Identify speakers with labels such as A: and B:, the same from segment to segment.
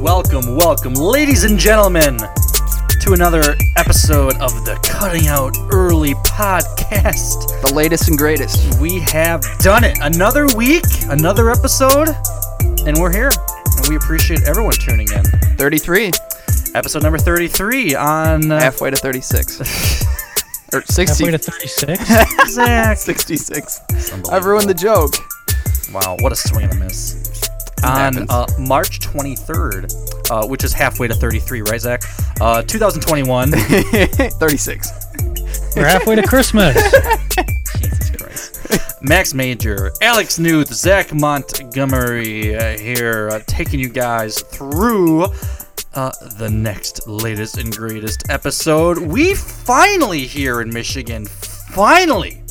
A: Welcome, welcome, ladies and gentlemen, to another episode of the Cutting Out Early podcast.
B: The latest and greatest.
A: We have done it. Another week, another episode, and we're here. And we appreciate everyone tuning in.
B: 33,
A: Episode number 33 on uh,
B: halfway to 36. or 60,
C: Halfway to 36.
A: Zach.
B: 66. I've ruined the joke.
A: Wow, what a swing and a miss. On
B: happens.
A: uh, March 23rd, uh, which is halfway to 33, right, Zach? Uh, 2021.
B: 36.
C: We're halfway to Christmas.
A: Jesus Christ. Max Major, Alex Newth, Zach Montgomery uh, here, uh, taking you guys through uh, the next latest and greatest episode. We finally here in Michigan, finally.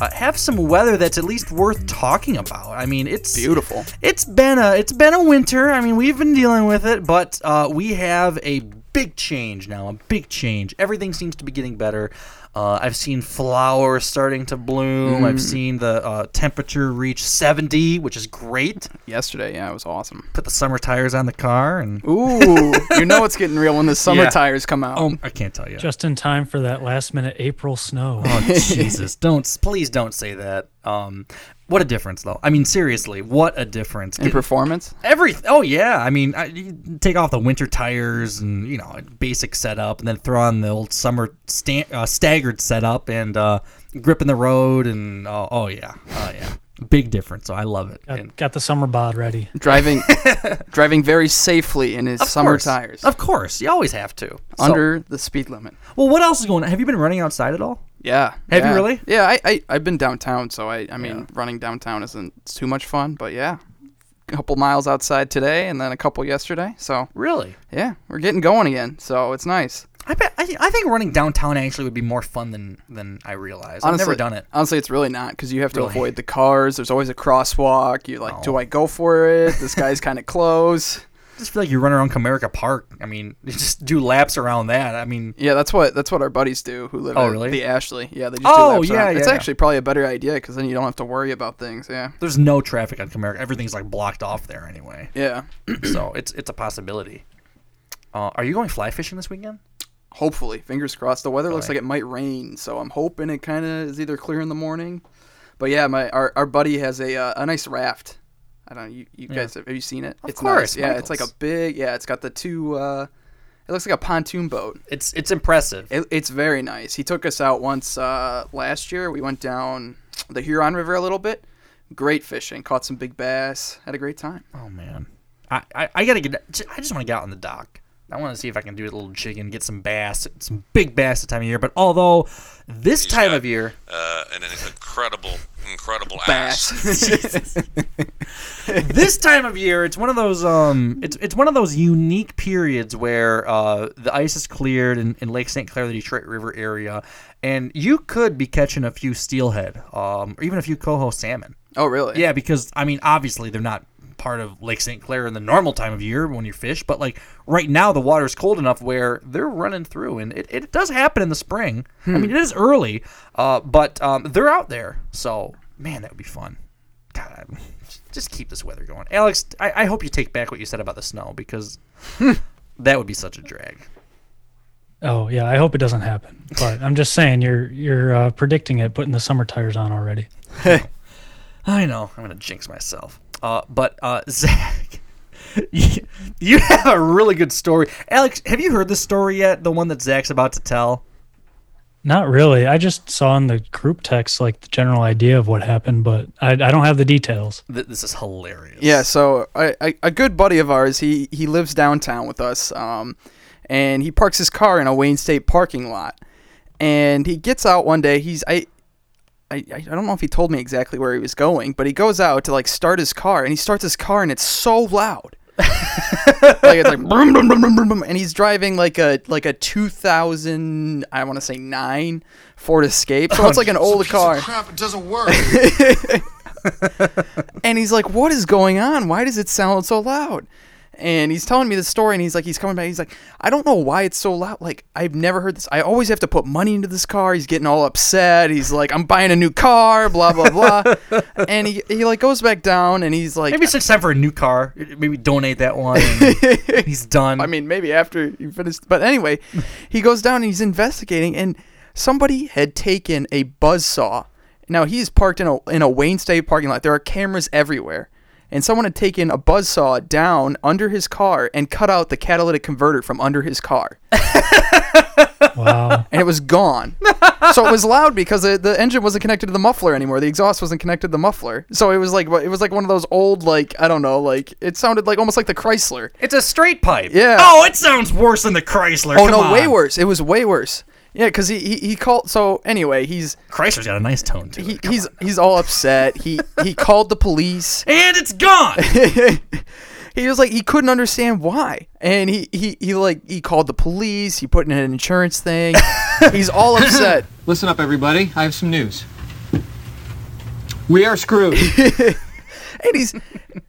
A: Uh, have some weather that's at least worth talking about. I mean, it's
B: Beautiful.
A: it's been a it's been a winter. I mean, we've been dealing with it, but uh, we have a big change now. A big change. Everything seems to be getting better. Uh, I've seen flowers starting to bloom. I've seen the uh, temperature reach 70, which is great.
B: Yesterday, yeah, it was awesome.
A: Put the summer tires on the car, and
B: Ooh, you know it's getting real when the summer
A: Yeah.
B: tires come out.
A: oh, I can't tell you.
C: Just in time for that last minute April snow.
A: Oh, Jesus, don't please don't say that. Um, what a difference, though. I mean, seriously, what a difference.
B: In
A: Get-
B: performance?
A: Every oh yeah, I mean, I, you take off the winter tires and you know basic setup, and then throw on the old summer sta- uh, staggered setup and uh, grip in the road, and oh, oh yeah, oh yeah, big difference. So I love it. And-
C: Got, got the summer bod ready.
B: Driving driving very safely in his
A: Of
B: summer
A: course.
B: tires.
A: of course, you always have to. So-
B: Under the speed limit.
A: well, what else is going? on? Have you been running outside at all?
B: Yeah.
A: Have you
B: yeah.
A: really?
B: Yeah, I, I, I've been downtown, so I, I mean, running downtown isn't too much fun, but yeah. A couple miles outside today and then a couple yesterday, so
A: Really?
B: yeah, we're getting going again, so it's nice.
A: I bet. I, I think running downtown actually would be more fun than than I realized. I've never done it.
B: Honestly, it's really not because you have to
A: Really? Oh.
B: avoid the cars. There's always a crosswalk. You're like, do I go for it? This guy's kind of close.
A: I just feel like you run around Comerica Park. I mean, you just do laps around that. I mean,
B: Yeah, that's what that's what our buddies do who live
A: Oh,
B: at
A: really?
B: the Ashley. Yeah, they just
A: Oh,
B: do laps
A: yeah,
B: around. It's
A: yeah, yeah.
B: actually probably a better idea because then you don't have to worry about things. Yeah,
A: there's no traffic on Comerica. Everything's like blocked off there anyway.
B: yeah.
A: so it's it's a possibility. Uh, are you going fly fishing this weekend?
B: Hopefully, fingers crossed. The weather looks like it might rain, so I'm hoping it kind of is either clear in the morning. But yeah, my our, our buddy has a uh, a nice raft. I don't know. You, you guys have, have you seen it? Of it's
A: course,
B: nice. Yeah, it's like a
A: Michael's.
B: big. Yeah, it's got the two. Uh, it looks like a pontoon boat.
A: It's it's impressive.
B: It, it's very nice. He took us out once uh, last year. We went down the Huron River a little bit. Great fishing. Caught some big bass. Had a great time.
A: oh man, I, I, I gotta get. j- I just want to get out on the dock. I want to see if I can do a little jigging, get some bass, some big bass this time of year. But although this time of year,
D: uh, and an incredible, incredible ass.
B: Bass.
A: this time of year, it's one of those um, it's it's one of those unique periods where uh, the ice is cleared in, in Lake St. Clair, the Detroit River area, and you could be catching a few steelhead, um, or even a few coho salmon.
B: oh, really?
A: Yeah, because I mean, obviously they're not part of Lake St. Clair in the normal time of year when you fish, but like right now the water's cold enough where they're running through, and it, it does happen in the spring. I mean, it is early, uh, but um, they're out there, so man, that would be fun. God, I- just keep this weather going, Alex. I, I hope you take back what you said about the snow because that would be such a drag.
C: Oh yeah, I hope it doesn't happen. But I'm just saying, you're you're uh, predicting it, putting the summer tires on already.
A: I know. I'm gonna jinx myself. Uh, but uh, Zach, you, you have a really good story. Alex, have you heard this story yet? The one that Zach's about to tell.
C: Not really. I just saw in the group text like the general idea of what happened, but I, I don't have the details.
A: Th- this is hilarious.
B: Yeah, so I, I, a good buddy of ours, he he lives downtown with us, um, and he parks his car in a Wayne State parking lot, and he gets out one day. He's I, I I don't know if he told me exactly where he was going, but he goes out to like start his car, and he starts his car, and it's so loud. like it's like brum, brum, brum, brum, brum, brum, and he's driving like a like a 2000 I want to say 9 Ford Escape. So it's like an older car.
E: Crap, it doesn't work.
B: And he's like, "What is going on? Why does it sound so loud?" And he's telling me the story, and he's like, he's coming back. He's like, I don't know why it's so loud. Like, I've never heard this. I always have to put money into this car. He's getting all upset. He's like, I'm buying a new car, blah blah blah. and he, he like goes back down, and he's like,
A: Maybe it's just time for a new car. Maybe donate that one. and he's done.
B: I mean, maybe after you finish. But anyway, he goes down and he's investigating, and somebody had taken a buzzsaw. Now he's parked in a in a Wayne State parking lot. There are cameras everywhere, and someone had taken a buzzsaw down under his car and cut out the catalytic converter from under his car,
C: Wow.
B: and it was gone. so it was loud because the, the engine wasn't connected to the muffler anymore. The exhaust wasn't connected to the muffler, so it was like it was like one of those old like I don't know like it sounded like almost like the Chrysler.
A: it's a straight pipe.
B: Yeah.
A: Oh, it sounds worse than the Chrysler.
B: Oh
A: Come
B: no,
A: on.
B: way worse. It was way worse. Yeah, because he, he he called. So anyway, he's
A: Chrysler's got a nice tone to it.
B: he, he's he's all upset. He he called the police.
A: and it's gone.
B: He was like he couldn't understand why, and he he he like he called the police. He put in an insurance thing. he's all upset.
F: Listen up, everybody. I have some news. We are screwed.
B: and he's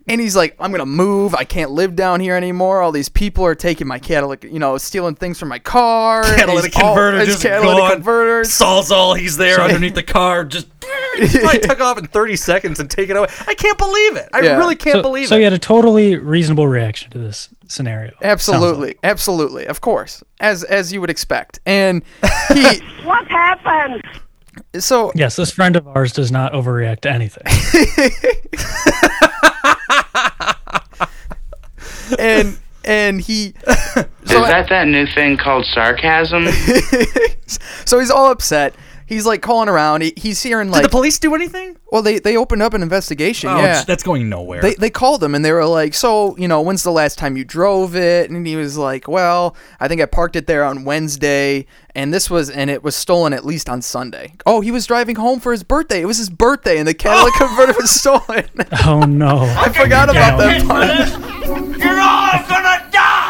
B: and he's like, I'm gonna move. I can't live down here anymore. All these people are taking my catalytic, you know, stealing things from my car. and he's
A: catalytic
B: all-
A: converter
B: his
A: just
B: catalytic
A: gone.
B: converters.
A: Saul's all he's there underneath the car. Just he probably took off in 30 seconds and take it away. I can't believe it. I
B: Yeah.
A: really can't
C: so,
A: believe
C: so
A: it.
C: you had a totally reasonable reaction to this scenario. sounds like.
B: Absolutely, absolutely, of course, as as you would expect. And he,
G: What happened?
B: so
C: Yes, this friend of ours does not overreact to anything.
B: and and he,
H: Is that that new thing called sarcasm?
B: so he's all upset. He's like calling around. He, he's hearing
A: Did
B: like,
A: the police do anything?
B: well, they they opened up an investigation.
A: Oh,
B: yeah,
A: that's going nowhere.
B: they they called him and they were like, so you know, when's the last time you drove it? And he was like, well, I think I parked it there on Wednesday, and this was and it was stolen at least on Sunday. Oh, he was driving home for his birthday. It was his birthday, and the catalytic converter was stolen.
C: oh no.
B: I forgot about that
C: Yeah.
B: part.
G: You're all gonna die!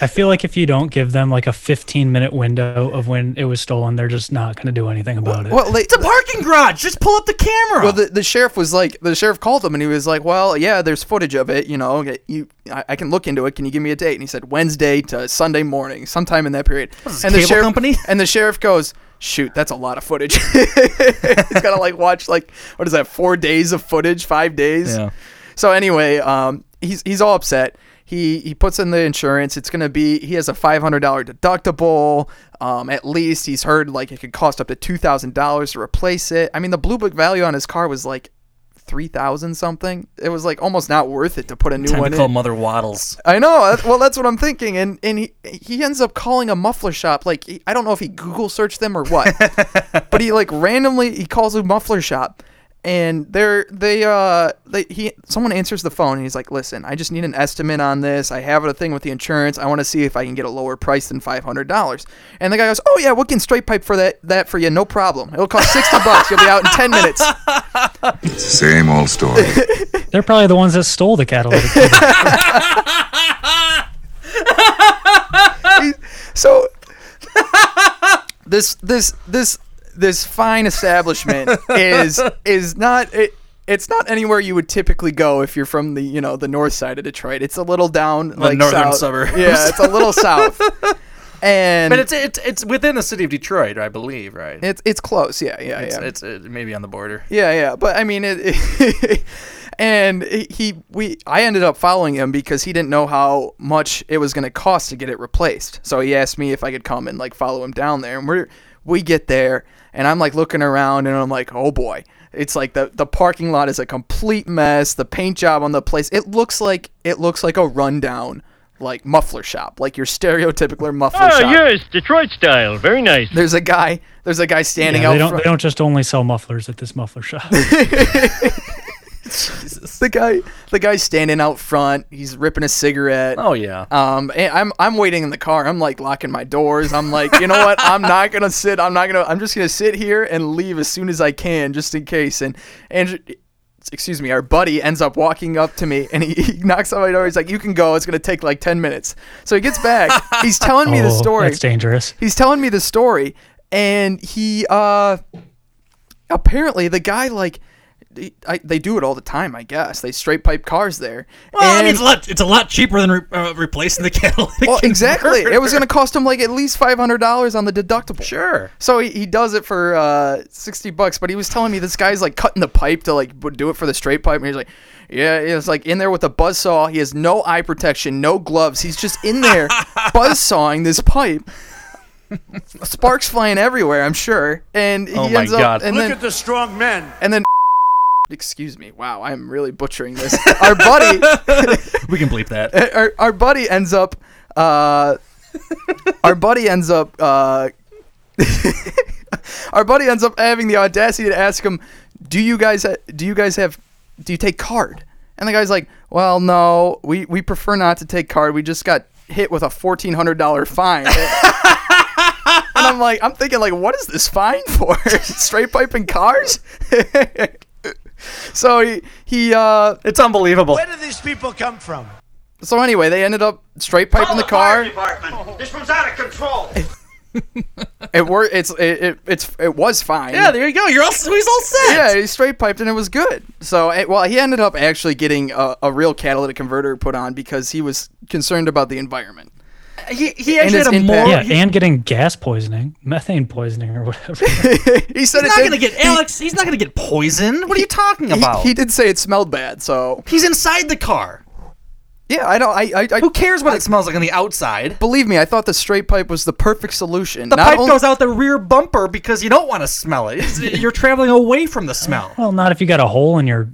C: I feel like if you don't give them like a 15 minute window of when it was stolen, they're just not going to do anything about it.
B: Well, they,
A: it's a parking garage. Just pull up the camera.
B: Well, the, the sheriff was like, the sheriff called him and he was like, well, yeah, there's footage of it. You know, okay, you, I, I can look into it. Can you give me a date? And he said Wednesday to Sunday morning, sometime in that period.
A: this,
B: and
A: cable company?
B: And the sheriff goes, shoot, that's a lot of footage. He's got to like watch like what is that? Four days of footage, five days.
A: Yeah.
B: So anyway, um, he's he's all upset. He, he puts in the insurance. It's gonna be he has a five hundred dollar deductible. Um, at least he's heard like it could cost up to two thousand dollars to replace it. I mean, the blue book value on his car was like three thousand something. It was like almost not worth it to put a new
A: Time
B: one
A: to call
B: in.
A: Mother Waddles.
B: I know. that- Well, that's what I'm thinking. And and he he ends up calling a muffler shop. Like he, I don't know if he Google searched them or what, but he like randomly he calls a muffler shop, and they're they uh they he someone answers the phone and he's like, listen, I just need an estimate on this. I have a thing with the insurance. I want to see if I can get a lower price than five hundred dollars. And the guy goes, oh yeah, we can straight pipe for that that for you, no problem. It'll cost sixty bucks. You'll be out in ten minutes.
I: Same old story.
C: they're probably the ones that stole the catalytic. converter.
B: So this this this this fine establishment is is not it, it's not anywhere you would typically go if you're from the you know the north side of Detroit. It's a little down the like
A: northern
B: south.
A: suburbs.
B: Yeah, it's a little south. And
A: But it's, it's it's within the city of Detroit, I believe, right?
B: it's it's close. Yeah, yeah,
A: it's,
B: yeah.
A: it's it, maybe on the border.
B: Yeah, yeah, but I mean it. and he, we, I ended up following him because he didn't know how much it was going to cost to get it replaced. So he asked me if I could come and like follow him down there, and we're we get there, and I'm like looking around, and I'm like, oh boy, it's like the the parking lot is a complete mess. The paint job on the place, it looks like it looks like a rundown like muffler shop, like your stereotypical muffler
J: oh,
B: shop.
J: yes, Detroit style. Very nice.
B: There's a guy. There's a guy standing
C: Yeah,
B: out
C: they don't.
B: front.
C: They don't just only sell mufflers at this muffler shop.
B: The guy, the guy's standing out front. He's ripping a cigarette.
A: Oh yeah.
B: Um, and I'm I'm waiting in the car. I'm like locking my doors. I'm like, you know what? I'm not gonna sit. I'm not gonna. I'm just gonna sit here and leave as soon as I can, just in case. And and excuse me, our buddy ends up walking up to me and he, he knocks on my door. He's like, you can go. It's gonna take like ten minutes. So he gets back. He's telling me the
C: Oh,
B: story.
C: That's dangerous.
B: He's telling me the story, and he uh, apparently the guy like. I, they do it all the time, I guess. They straight pipe cars there.
A: Well, I mean,
B: And-
A: it's a lot. It's a lot cheaper than re- uh, replacing the catalytic.
B: well, exactly. It was
A: converter.
B: going to cost him like at least five hundred dollars on the deductible.
A: Sure.
B: So he, he does it for uh, sixty bucks, but he was telling me this guy's like cutting the pipe to like would do it for the straight pipe, and he's like, yeah, it's like in there with a buzz saw. He has no eye protection, no gloves. He's just in there buzz sawing this pipe. Sparks flying everywhere, I'm sure. And he
A: Oh my
B: ends
A: God.
B: up and
A: Look
B: then,
A: at
K: the strong men.
B: And then excuse me. Wow, I'm really butchering this. Our buddy
A: we can bleep that.
B: our, our buddy ends up uh, our buddy ends up uh, our buddy ends up having the audacity to ask him do you guys ha- do you guys have do you take card and the guy's like well no we we prefer not to take card we just got hit with a $1400 fine and i'm like i'm thinking like what is this fine for straight piping cars so he he uh
A: it's unbelievable
K: Where do these people come from?
B: so anyway they ended up straight piping the car
K: department. This one's out of control.
B: It were it's it, it it's it was fine.
A: Yeah, there you go. You're all he's all set.
B: Yeah, he straight piped and it was good. So it, well, he ended up actually getting a, a real catalytic converter put on because he was concerned about the environment.
A: He he
B: And
A: actually
B: his
A: had a
B: impact-
A: more.
C: yeah,
A: he-
C: and getting gas poisoning, methane poisoning, or whatever.
B: He said
A: he's
B: it
A: not
B: did-
A: gonna get Alex. He's not gonna get poisoned. What are you talking about?
B: He, he did say it smelled bad. So
A: he's inside the car.
B: yeah, I don't. I, I, I
A: Who cares what it smells like on the outside?
B: believe me. I thought the straight pipe was the perfect solution.
A: The
B: Not
A: pipe
B: only-
A: goes out the rear bumper because you don't want to smell it. It's- You're traveling away from the smell.
C: Well, not if you got a hole in your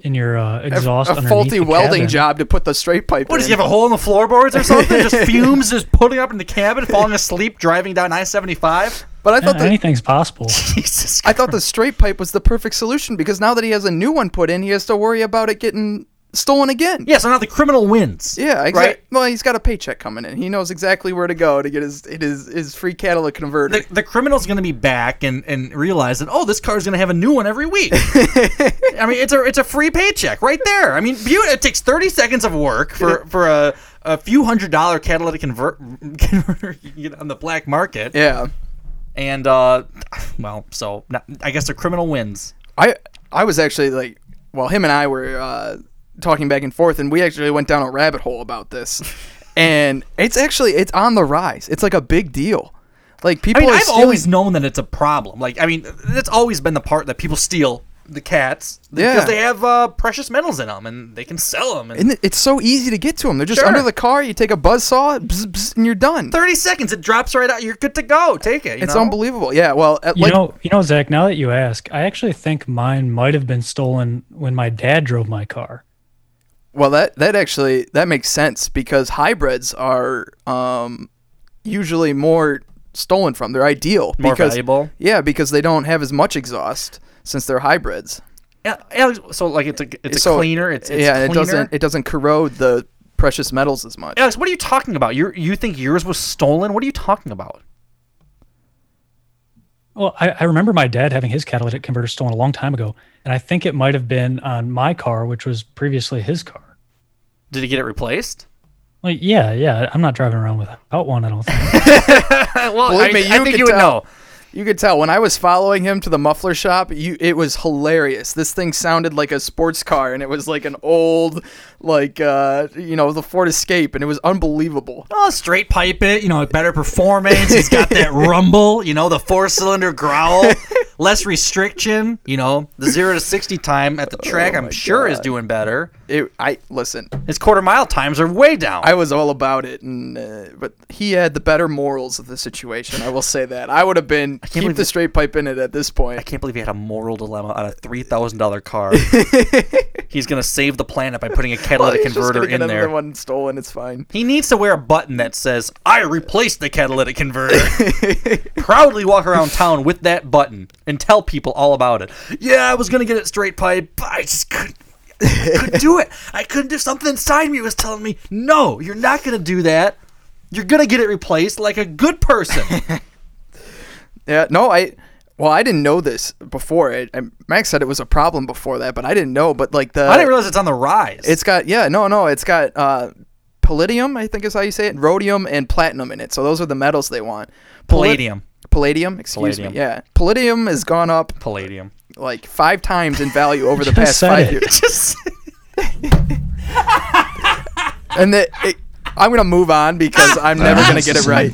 C: in your uh, exhaust.
B: A
C: underneath
B: faulty
C: the
B: welding
C: cabin.
B: job to put the straight pipe.
A: What
B: in.
A: does he have a hole in the floorboards or something? just fumes just putting up in the cabin, falling asleep, driving down I seventy five.
B: But I thought
C: Yeah,
B: the,
C: anything's possible.
A: Jesus.
B: I thought the straight pipe was the perfect solution because now that he has a new one put in, he has to worry about it getting stolen again.
A: Yeah, so now the criminal wins.
B: Yeah, exactly.
A: Right?
B: Well, he's got a paycheck coming in. He knows exactly where to go to get his his, his free catalytic converter.
A: The, the criminal's going to be back and, and realize that, oh, this car's going to have a new one every week. I mean, it's a it's a free paycheck right there. I mean, beaut- it takes 30 seconds of work for, for a, a few hundred dollar catalytic convert, converter you can get on the black market.
B: yeah,
A: And, uh, well, so not, I guess the criminal wins.
B: I I was actually like, well, him and I were uh, talking back and forth, and we actually went down a rabbit hole about this. and it's actually it's on the rise. It's like a big deal. Like
A: I
B: people
A: mean,
B: are
A: I've
B: stealing-
A: always known that it's a problem. Like, I mean, that's always been the part that people steal the cats because
B: Yeah.
A: they have uh, precious metals in them and they can sell them. And,
B: and it- it's so easy to get to them. They're just
A: Sure.
B: under the car. You take a buzz saw, bzz, bzz, and you're done.
A: 30 seconds, it drops right out. You're good to go. Take it. you
B: It's
A: know?
B: unbelievable. Yeah. Well, at,
C: You
B: like,
C: know, you know, Zach. Now that you ask, I actually think mine might have been stolen when my dad drove my car.
B: Well, that that actually that makes sense because hybrids are um, usually more stolen from. They're ideal,
A: More
B: because,
A: valuable?
B: Yeah, because they don't have as much exhaust since they're hybrids.
A: Yeah, Alex, so like it's a it's a
B: So-
A: cleaner. It's, it's
B: yeah,
A: cleaner.
B: and it doesn't it doesn't corrode the precious metals as much.
A: Alex, what are you talking about? You you think yours was stolen? What are you talking about?
C: Well, I, I remember my dad having his catalytic converter stolen a long time ago, and I think it might have been on my car, which was previously his car.
A: Did he get it replaced?
C: Like, yeah, yeah, I'm not driving around without one. I don't think.
A: well,
B: Believe me, you could
A: would
B: tell.
A: know.
B: You could tell when I was following him to the muffler shop. You, it was hilarious. This thing sounded like a sports car, and it was like an old, like uh, you know, the Ford Escape, and it was unbelievable.
A: Oh, straight pipe it. You know, better performance. He's got that rumble. You know, the four cylinder growl, less restriction. You know, the zero to sixty time at the
B: Oh
A: track. I'm sure is doing better.
B: It, I listen.
A: His quarter mile times are way down.
B: I was all about it, and uh, but he had the better morals of the situation. I will say that I would have been keep
A: believe
B: the
A: it-
B: straight pipe in it at this point.
A: I can't believe he had a moral dilemma on a three thousand dollar car. he's gonna save the planet by putting a catalytic
B: He's just
A: converter
B: gonna get
A: in there.
B: another one stolen. It's fine.
A: He needs to wear a button that says "I replaced the catalytic converter." Proudly walk around town with that button and tell people all about it. Yeah, I was gonna get it straight pipe, but I just couldn't. I couldn't do it. I couldn't do something inside me was telling me, "No, you're not gonna do that. You're gonna get it replaced like a good person."
B: Yeah, no, I. Well, I didn't know this before. It, and Max said it was a problem before that, but I didn't know. But like the,
A: I didn't realize it's on the rise.
B: It's got yeah, no, no, it's got uh, palladium, I think is how you say it, rhodium and platinum in it. So those are the metals they want. Pallad-
A: Palladium.
B: Palladium, excuse
A: Palladium.
B: me. Yeah, palladium has gone up
A: Palladium.
B: like five times in value over the
C: Just
B: past
C: said
B: five
C: it.
B: years.
A: Just-
B: and the, it, I'm gonna move on because I'm never gonna get it right.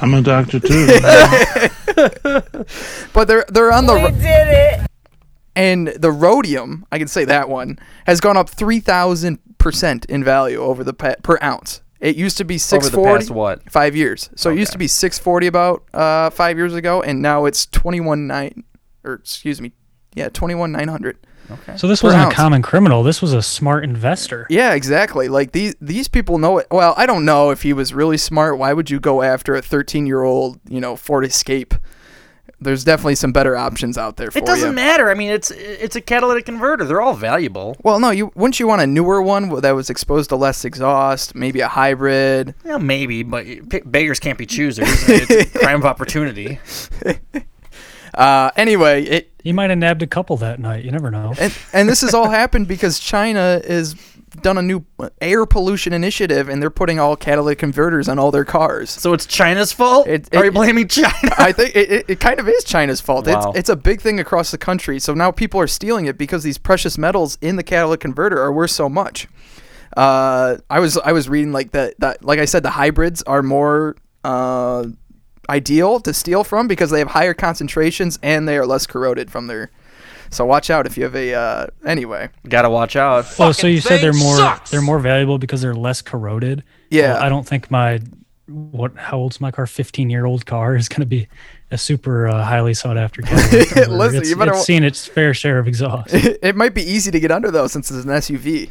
L: I'm a doctor too.
B: But they're they're on the. We did it. And the rhodium, I can say that one has gone up three thousand percent in value over the pa- per ounce. It used to be six
A: Over the
B: forty.
A: past what?
B: Five years. So it used to be six forty about uh, five years ago, and now it's twenty one nine, or excuse me, yeah, twenty one nine hundred. Okay.
C: So this
B: Per
C: wasn't
B: ounce.
C: a common criminal. This was a smart investor.
B: Yeah, exactly. Like these these people know it. Well, I don't know if he was really smart. Why would you go after a 13 year old, you know, Ford Escape? There's definitely some better options out there for
A: It doesn't
B: you.
A: matter. I mean, it's it's a catalytic converter. They're all valuable.
B: Well, no, you wouldn't you want a newer one that was exposed to less exhaust, maybe a hybrid?
A: Yeah, maybe, but p- beggars can't be choosers. It's a crime of opportunity.
B: Uh, anyway, it
C: He might have nabbed a couple that night. You never know.
B: and, and this has all happened because China has done a new air pollution initiative, and they're putting all catalytic converters on all their cars.
A: So it's China's fault. Are you blaming China?
B: I think it, it, it kind of is China's fault.
A: Wow.
B: It's, it's a big thing across the country. So now people are stealing it because these precious metals in the catalytic converter are worth so much. Uh, I was I was reading like that that like I said the hybrids are more uh, ideal to steal from because they have higher concentrations and they are less corroded from their. So watch out if you have a uh, anyway.
A: Gotta watch out.
C: Oh, so you said they're more
B: sucks.
C: they're more valuable because they're less corroded.
B: Yeah.
C: Well, I don't think my what how old's my car? Fifteen year old car is going to be a super uh, highly sought after car.
B: Listen,
C: it's,
B: you better
C: it's
B: wa-
C: seen its fair share of exhaust.
B: it might be easy to get under though since it's an SUV.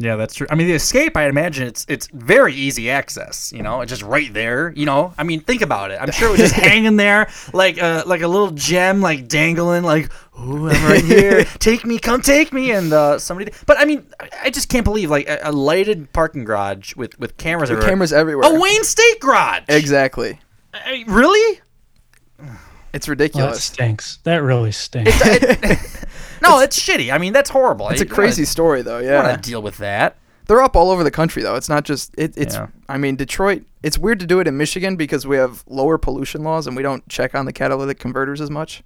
A: Yeah, that's true. I mean, the escape. I imagine it's it's very easy access. You know, it's just right there. You know, I mean, think about it. I'm sure it was just hanging there like a like a little gem, like dangling, like ooh, I'm right here. take me, come take me, and uh, somebody. But I mean, I- I just can't believe like a, a lighted parking garage with with cameras.
B: With
A: everywhere.
B: cameras everywhere.
A: A Wayne State garage.
B: Exactly.
A: I- really?
B: It's
C: Well, Oh, that
B: ridiculous.
C: stinks. That really stinks.
A: No, it's, shitty. I mean, that's horrible.
B: It's a
A: You
B: crazy
A: wanna-
B: story though.
A: you wanna
B: Yeah.
A: deal with that.
B: They're up all over the country though. It's not just it, it's.
A: Yeah.
B: I mean, Detroit. It's weird to do it in Michigan because we have lower pollution laws and we don't check on the catalytic converters as much,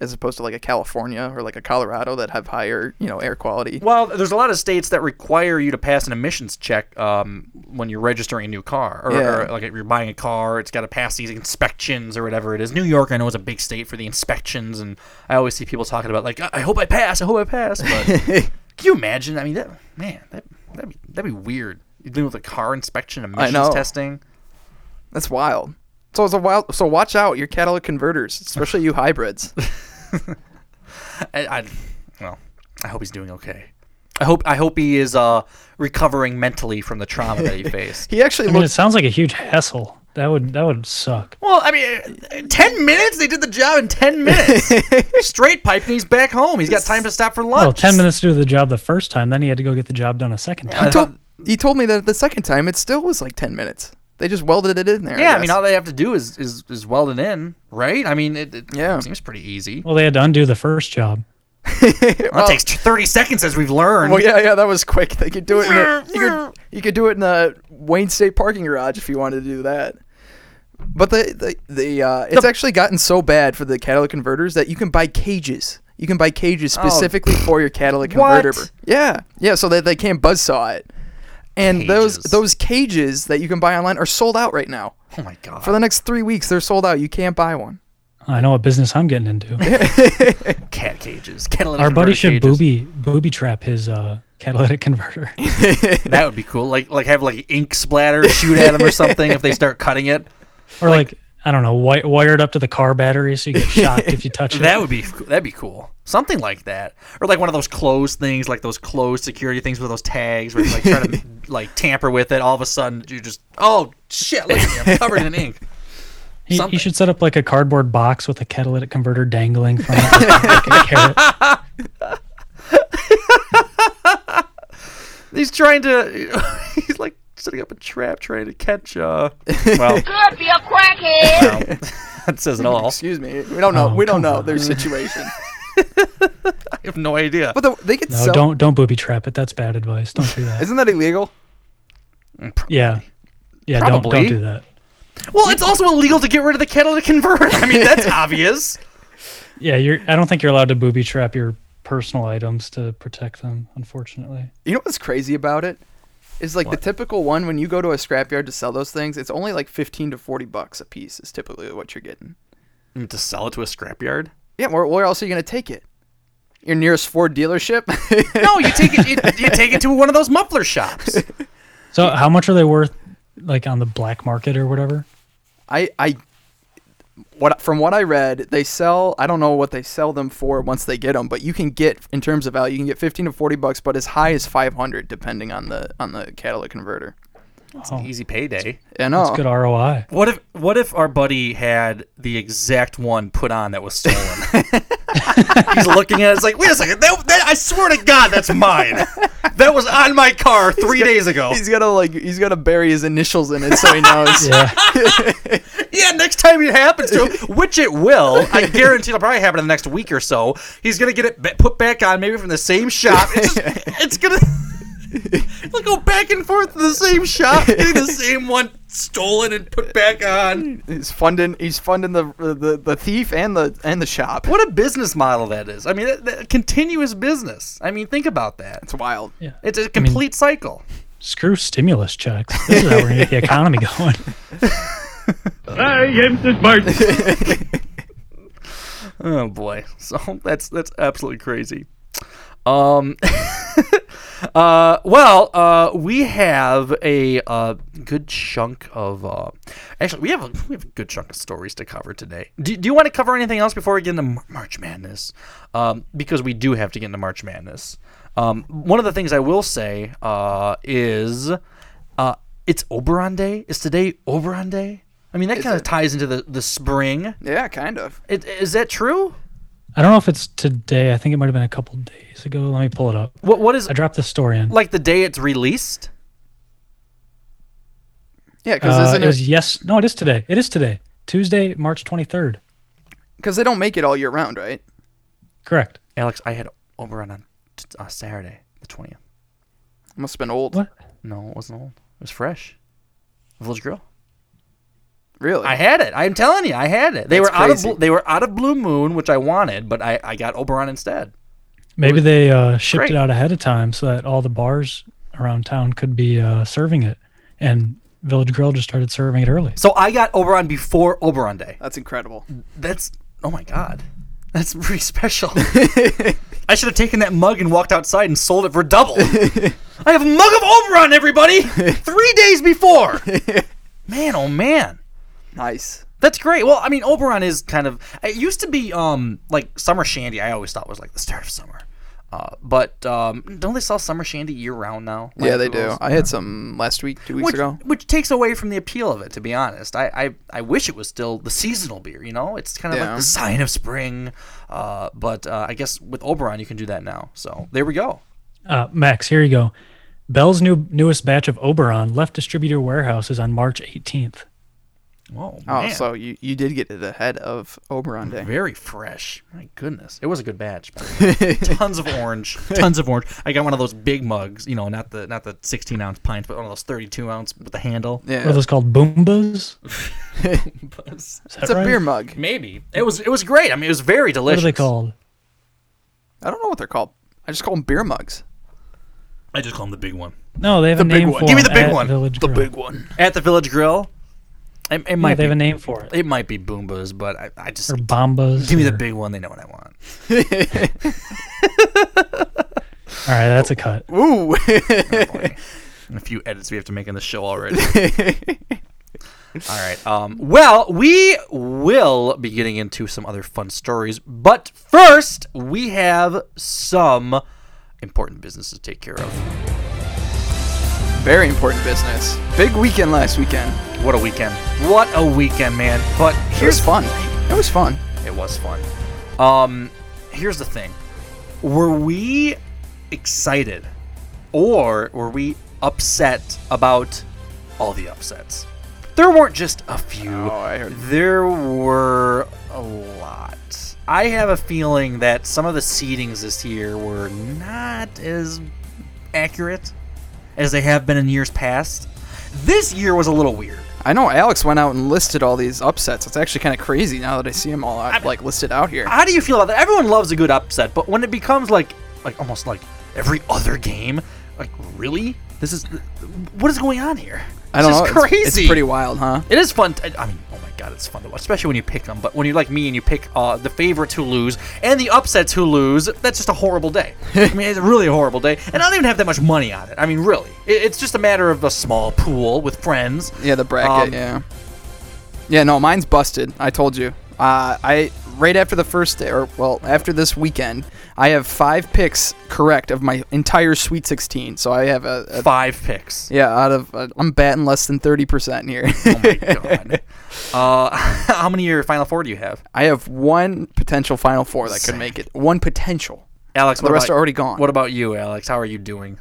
B: as opposed to like a California or like a Colorado that have higher you know air quality.
A: Well, there's a lot of states that require you to pass an emissions check um, when you're registering a new car, or,
B: Yeah.
A: or like if you're buying a car, it's got to pass these inspections or whatever it is. New York, I know, is a big state for the inspections, and I always see people talking about like, I, I hope I pass, I hope I pass. But can you imagine? I mean, that man, that that'd be, that'd be weird. You're dealing with a car inspection, emissions
B: know.
A: testing.
B: That's wild. So it's a wild. So watch out your catalytic converters, especially you hybrids.
A: I, I, well, I hope he's doing okay. I hope I hope he is uh, recovering mentally from the trauma that he faced.
B: He actually
C: I mean, it sounds like a huge hassle. That would that would suck.
A: Well, I mean, uh, ten minutes. They did the job in ten minutes. Straight pipe, and he's back home. He's got time to stop for lunch.
C: Well, ten minutes to do the job the first time, then he had to go get the job done a second time.
B: He told, he told me that the second time it still was like ten minutes. They just welded it in there.
A: Yeah, I mean,
B: guess.
A: all they have to do is is, is weld it in, right? I mean, it, it
B: Yeah.
A: seems pretty easy.
C: Well, they had to undo the first job.
A: Well, that takes thirty seconds, as we've learned.
B: Well, yeah, yeah, that was quick. They could do it. In the, you, could, you could do it in the Wayne State parking garage if you wanted to do that. But the the, the uh, it's actually gotten so bad for the catalytic converters that you can buy cages. You can buy cages
A: Oh.
B: specifically for your catalytic
A: What?
B: converter. Yeah, yeah, so that they can't buzzsaw it. And those
A: Cages.
B: those cages that you can buy online are sold out right now.
A: Oh my god.
B: For the next three weeks, they're sold out. You can't buy one.
C: I know what business I'm getting into.
A: Cat cages. Catalytic
C: Our buddy
A: converter
C: should
A: cages.
C: booby booby trap his uh, catalytic converter.
A: That would be cool. Like like have like ink splatter shoot at them or something if they start cutting it.
C: or like, I don't know, wi- wired up to the car battery so you get shocked if you touch it.
A: That would be that'd be cool. Something like that, or like one of those closed things, like those closed security things with those tags, where you like try to like tamper with it. All of a sudden, you just oh shit, look at me, I'm covered in ink.
C: He, he should set up like a cardboard box with a catalytic converter dangling from it. like
A: he's trying to. He's like setting up a trap, trying to catch. Uh, well,
M: could be a crackhead.
A: well, that says it all.
B: Excuse me. We don't know. Oh, we don't know on. their situation.
A: I have no idea.
B: But the, they could.
C: No,
B: sell-
C: don't don't booby trap it. That's bad advice. Don't do that.
B: Isn't that illegal?
A: Probably.
C: Yeah. Yeah.
A: Probably.
C: Don't don't do that.
A: Well, it's also illegal to get rid of the catalytic converter. I mean, that's obvious.
C: Yeah, you're. I don't think you're allowed to booby trap your personal items to protect them. Unfortunately,
B: you know what's crazy about it is like what? the typical one when you go to a scrapyard to sell those things, it's only like fifteen to forty bucks a piece is typically what you're getting.
A: And to sell it to a scrapyard?
B: Yeah, where, where else are you gonna take it? Your nearest Ford dealership?
A: no, you take it. You, you take it to one of those muffler shops.
C: So, how much are they worth like on the black market or whatever?
B: I I what from what I read, they sell I don't know what they sell them for once they get them, but you can get in terms of value, you can get 15 to 40 bucks, but as high as 500 depending on the on the catalytic converter. uh,
A: It's oh. an easy payday.
B: I know.
A: Oh.
C: That's good ROI.
A: What if what if our buddy had the exact one put on that was stolen? He's looking at it, it's like, wait a second, that, that, I swear to God, that's mine. That was on my car 3
B: gonna,
A: days ago.
B: He's gonna like he's gonna bury his initials in it so he knows.
C: yeah.
A: yeah, next time it happens to him, which it will, I guarantee it'll probably happen in the next week or so. He's gonna get it put back on, maybe from the same shop. It's, just, it's gonna They'll go back and forth to the same shop, getting the same one stolen and put back on.
B: He's funding. He's funding the the, the thief and the and the shop.
A: What a business model that is. I mean, that, that continuous business. I mean, think about that.
B: It's wild.
C: Yeah.
A: It's a complete I mean, cycle.
C: Screw stimulus checks. This is how we're gonna get the economy going.
J: I am the smart.
A: oh boy. So that's that's absolutely crazy. Um, uh, well, uh, we have a uh, good chunk of uh, actually we have a, we have a good chunk of stories to cover today. Do, do you want to cover anything else before we get into March Madness? Um, because we do have to get into March Madness. Um, one of the things I will say uh, is uh, it's Oberon Day. Is today Oberon Day? I mean that
B: Is
A: kind of
B: it?
A: ties into the the spring.
B: Yeah, kind of.
A: It, is that true?
C: I don't know if it's today. I think it might have been a couple days ago. Let me pull it up.
A: What what is
C: I dropped the story in.
A: like the day it's released?
B: Yeah, because
C: Uh,
B: isn't
C: it
B: it?
C: was yes. No, it is today. It is today. Tuesday, March twenty third.
B: Because they don't make it all year round, right?
C: Correct.
A: Alex, I had Oberon on t- uh, Saturday, the twentieth.
B: Must have been old.
C: What?
A: No, it wasn't old. It was fresh. Village Grill.
B: Really?
A: I had it. I'm telling you, I had it. They
B: That's
A: were out
B: crazy.
A: of Blu- they were out of Blue Moon, which I wanted, but I, I got Oberon instead.
C: Maybe they uh, shipped
A: great.
C: it out ahead of time so that all the bars around town could be uh, serving it, and Village Grill just started serving it early.
A: So I got Oberon before Oberon Day.
B: That's incredible.
A: That's oh my god, that's pretty special. I should have taken that mug and walked outside and sold it for double. I have a mug of Oberon, everybody, three days before. Man, oh man.
B: Nice.
A: That's great. Well, I mean, Oberon is kind of. It used to be um like summer shandy. I always thought was like the start of summer. Uh, but um, don't they sell summer shandy year round now? Like,
B: yeah, they do.
A: those-
B: I had some last week, two weeks
A: which,
B: ago.
A: which takes away from the appeal of it, to be honest. I, I, I wish it was still the seasonal beer. You know, it's kind of
B: Yeah.
A: like the sign of spring. Uh, but uh, I guess with Oberon, you can do that now. So there we go.
C: Uh, Max, here you go. Bell's new newest batch of Oberon left distributor warehouses on March eighteenth.
A: Whoa,
B: Oh,
A: man.
B: so you, you did get it ahead of Oberon Day.
A: Very fresh. My goodness. It was a good batch. by the way. tons of orange. Tons of orange. I got one of those big mugs, you know, not the not the 16 ounce pints, but one of those 32 ounce with the handle.
C: What are
B: Yeah.
C: those called? Boombas?
A: But
B: It's a beer mug.
A: Maybe. It was it was great. I mean, it was very
C: What
A: delicious.
C: are they called?
B: I don't know what they're called. I just call them beer mugs.
A: I just call them the big one.
C: No, they have
B: The
C: a
B: big
C: name
B: one.
C: for
A: Give me
C: them
A: the big
C: at
A: one.
C: Village Grill.
B: one.
A: At the Village Grill. It, it
C: Yeah,
A: might
C: they have
A: be,
C: a name for it.
A: it might be Boombas, but I, I just
C: Or Bombas.
A: give me the
C: or-
A: big one. They know what I want.
C: All right, that's a cut.
B: Ooh.
A: And a few edits we have to make in the show already. All right. Um, well, we will be getting into some other fun stories, but first, we have some important business to take care of.
B: Very important business. Big weekend last weekend.
A: What a weekend. What a weekend, man. But
B: here's it was fun. It was fun.
A: It was fun. Um, here's the thing. Were we excited or were we upset about all the upsets? There weren't just a few. Oh, there were a lot. I have a feeling that some of the seedings this year were not as accurate as they have been in years past. This year was a little weird.
B: I know Alex went out and listed all these upsets. It's actually kind of crazy now that I see them all out, I, like listed out here.
A: How do you feel about that? Everyone loves a good upset, but when it becomes like like almost like every other game, like really? This is what is going on here?
B: I
A: don't
B: this know. It's, crazy. It's, pretty wild, huh?
A: It is fun. To, I mean, oh my god, it's fun to watch, especially when you pick them. But when you're like me and you pick uh, the favorites who lose and the upsets who lose, that's just a horrible day. I mean, it's really a horrible day. And I don't even have that much money on it. I mean, really, it, it's just a matter of a small pool with friends.
B: Yeah, the bracket. Um, yeah. Yeah, no, mine's busted. I told you. Uh, I right after the first day, or well, after this weekend, I have five picks correct of my entire Sweet 16. So I have a, a
A: five picks.
B: Yeah, out of uh, I'm batting less than 30 percent here.
A: oh my god! Uh, how many your Final Four do you have?
B: I have one potential Final Four that could make it. One potential.
A: Alex,
B: the rest
A: about,
B: are already gone.
A: What about you, Alex? How are you doing?